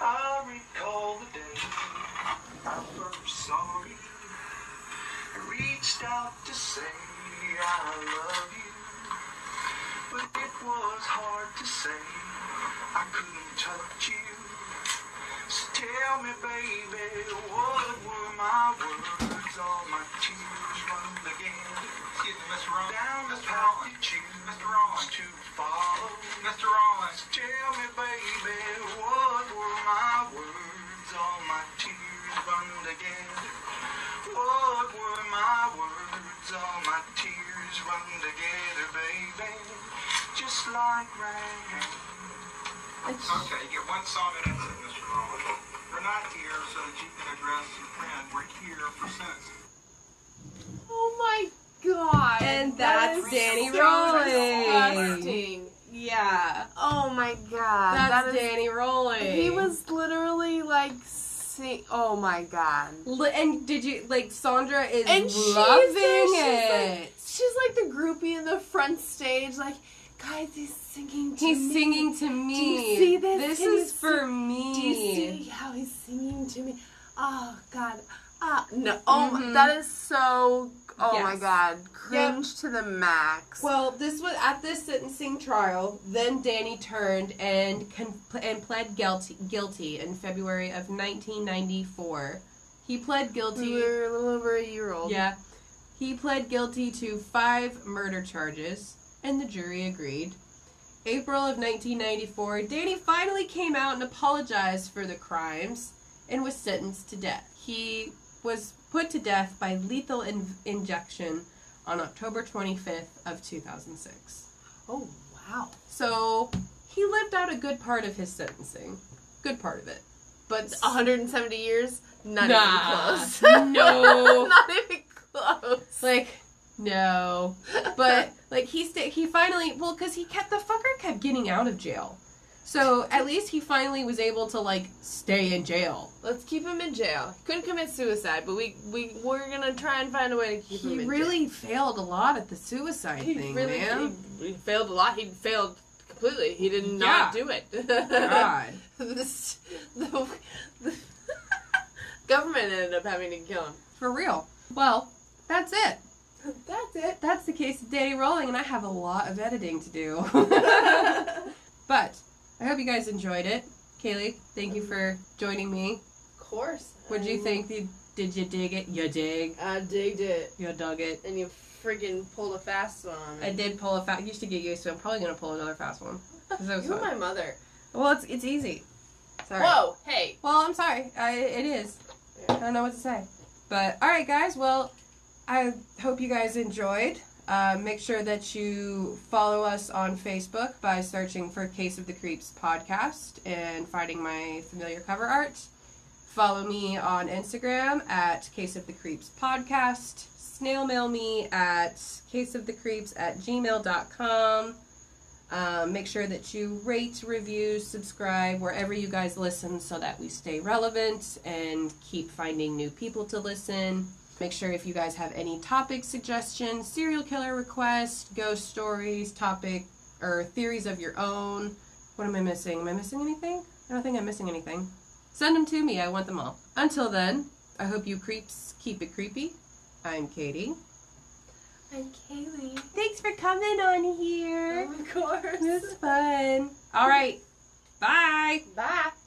[SPEAKER 3] I recall the day I first saw you. I reached out to say I love you. But it was hard to say I couldn't touch you. So tell me, baby, what were my words? All my tears run again
[SPEAKER 4] Excuse me, Mr. Rowan.
[SPEAKER 3] down the
[SPEAKER 4] Mr.
[SPEAKER 3] path
[SPEAKER 4] Rowan.
[SPEAKER 3] you choose
[SPEAKER 4] Mr. Rowan.
[SPEAKER 3] to follow.
[SPEAKER 4] Mr. Rowan.
[SPEAKER 3] Tell me, baby, what were my words? All my tears run together. What were my words? All my tears run together, baby. Just like rain.
[SPEAKER 4] Okay, you get one song and that's it, Mr. Rowan. We're not here so that you can address your friend. We're here for sentencing.
[SPEAKER 2] Oh my god.
[SPEAKER 1] And
[SPEAKER 2] That
[SPEAKER 1] that's
[SPEAKER 2] is
[SPEAKER 1] Danny
[SPEAKER 2] so
[SPEAKER 1] Rowling.
[SPEAKER 2] Disgusting.
[SPEAKER 1] Yeah.
[SPEAKER 2] Oh my god.
[SPEAKER 1] That's
[SPEAKER 2] that is,
[SPEAKER 1] Danny Rowling.
[SPEAKER 2] He was literally like sing- Oh my god.
[SPEAKER 1] Li- and did you like Sandra is
[SPEAKER 2] And she's
[SPEAKER 1] loving
[SPEAKER 2] there, she's
[SPEAKER 1] it.
[SPEAKER 2] She's like the groupie in the front stage, like, guys, he's singing to
[SPEAKER 1] He's
[SPEAKER 2] me.
[SPEAKER 1] singing to me.
[SPEAKER 2] see this? Can you
[SPEAKER 1] is for me.
[SPEAKER 2] Do you see how he's singing to me? Oh God. Ah, no. Oh, my- that is so. Oh
[SPEAKER 1] Mm-hmm. Yes.
[SPEAKER 2] my god, cringe to the max.
[SPEAKER 1] Well, this was at this sentencing trial. Then Danny turned and con- and pled guilty guilty in February of 1994. He pled
[SPEAKER 2] we
[SPEAKER 1] guilty.
[SPEAKER 2] were a little over a year old.
[SPEAKER 1] Yeah, he pled guilty to five murder charges, and the jury agreed. April of 1994, Danny finally came out and apologized for the crimes and was sentenced to death. He was put to death by lethal in- injection on October 25th of 2006.
[SPEAKER 2] Oh wow.
[SPEAKER 1] So he lived out a good part of his sentencing. Good part of it. But
[SPEAKER 2] 170 years. Not
[SPEAKER 1] Nah.
[SPEAKER 2] even close.
[SPEAKER 1] No.
[SPEAKER 2] not even close.
[SPEAKER 1] like no. But like he sta- he finally well cuz he kept the fucker kept getting out of jail. So at least he finally was able to like stay in jail.
[SPEAKER 2] Let's keep him in jail. He couldn't commit suicide, but we we we're gonna try and find a way to keep him
[SPEAKER 1] He
[SPEAKER 2] in
[SPEAKER 1] really failed a lot at the suicide
[SPEAKER 2] jail.
[SPEAKER 1] thing,
[SPEAKER 2] he really
[SPEAKER 1] man.
[SPEAKER 2] He, he failed a lot. He failed completely. He did not do it.
[SPEAKER 1] God.
[SPEAKER 2] this, the, the government ended up having to kill him.
[SPEAKER 1] For real. Well, that's it.
[SPEAKER 2] That's it.
[SPEAKER 1] That's the case of Danny Rolling, and I have a lot of editing to do. But I hope you guys enjoyed it. Kaylee, thank you for joining me.
[SPEAKER 2] of course.
[SPEAKER 1] What did you
[SPEAKER 2] I-
[SPEAKER 1] think? Did- Did you dig it? You dig.
[SPEAKER 2] I digged it,
[SPEAKER 1] You dug it.
[SPEAKER 2] and you freaking pulled a fast one. on me.
[SPEAKER 1] I did pull a fast. You should get used to. it. I'm probably gonna pull another fast one. 'cause that was
[SPEAKER 2] You're
[SPEAKER 1] fun.
[SPEAKER 2] my mother.
[SPEAKER 1] Well, it's it's easy. Sorry.
[SPEAKER 2] Whoa! Hey.
[SPEAKER 1] Well, I'm sorry. I, it is. I don't know what to say. But all right, guys. Well, I hope you guys enjoyed. Uh, make sure that you follow us on Facebook by searching for Case of the Creeps podcast and finding my familiar cover art. Follow me on Instagram at Case of the Creeps podcast. Snail mail me at caseofthecreeps at gmail.com. Um, make sure that you rate, review, subscribe wherever you guys listen so that we stay relevant and keep finding new people to listen. Make sure if you guys have any topic suggestions, serial killer requests, ghost stories, topic or theories of your own. What am I missing? Am I missing anything? I don't think I'm missing anything. Send them to me. I want them all. Until then, I hope you creeps keep it creepy. I'm Katie.
[SPEAKER 2] I'm Kaylee.
[SPEAKER 1] Thanks for coming on here.
[SPEAKER 2] Of course.
[SPEAKER 1] This is fun. All right. Bye.
[SPEAKER 2] Bye.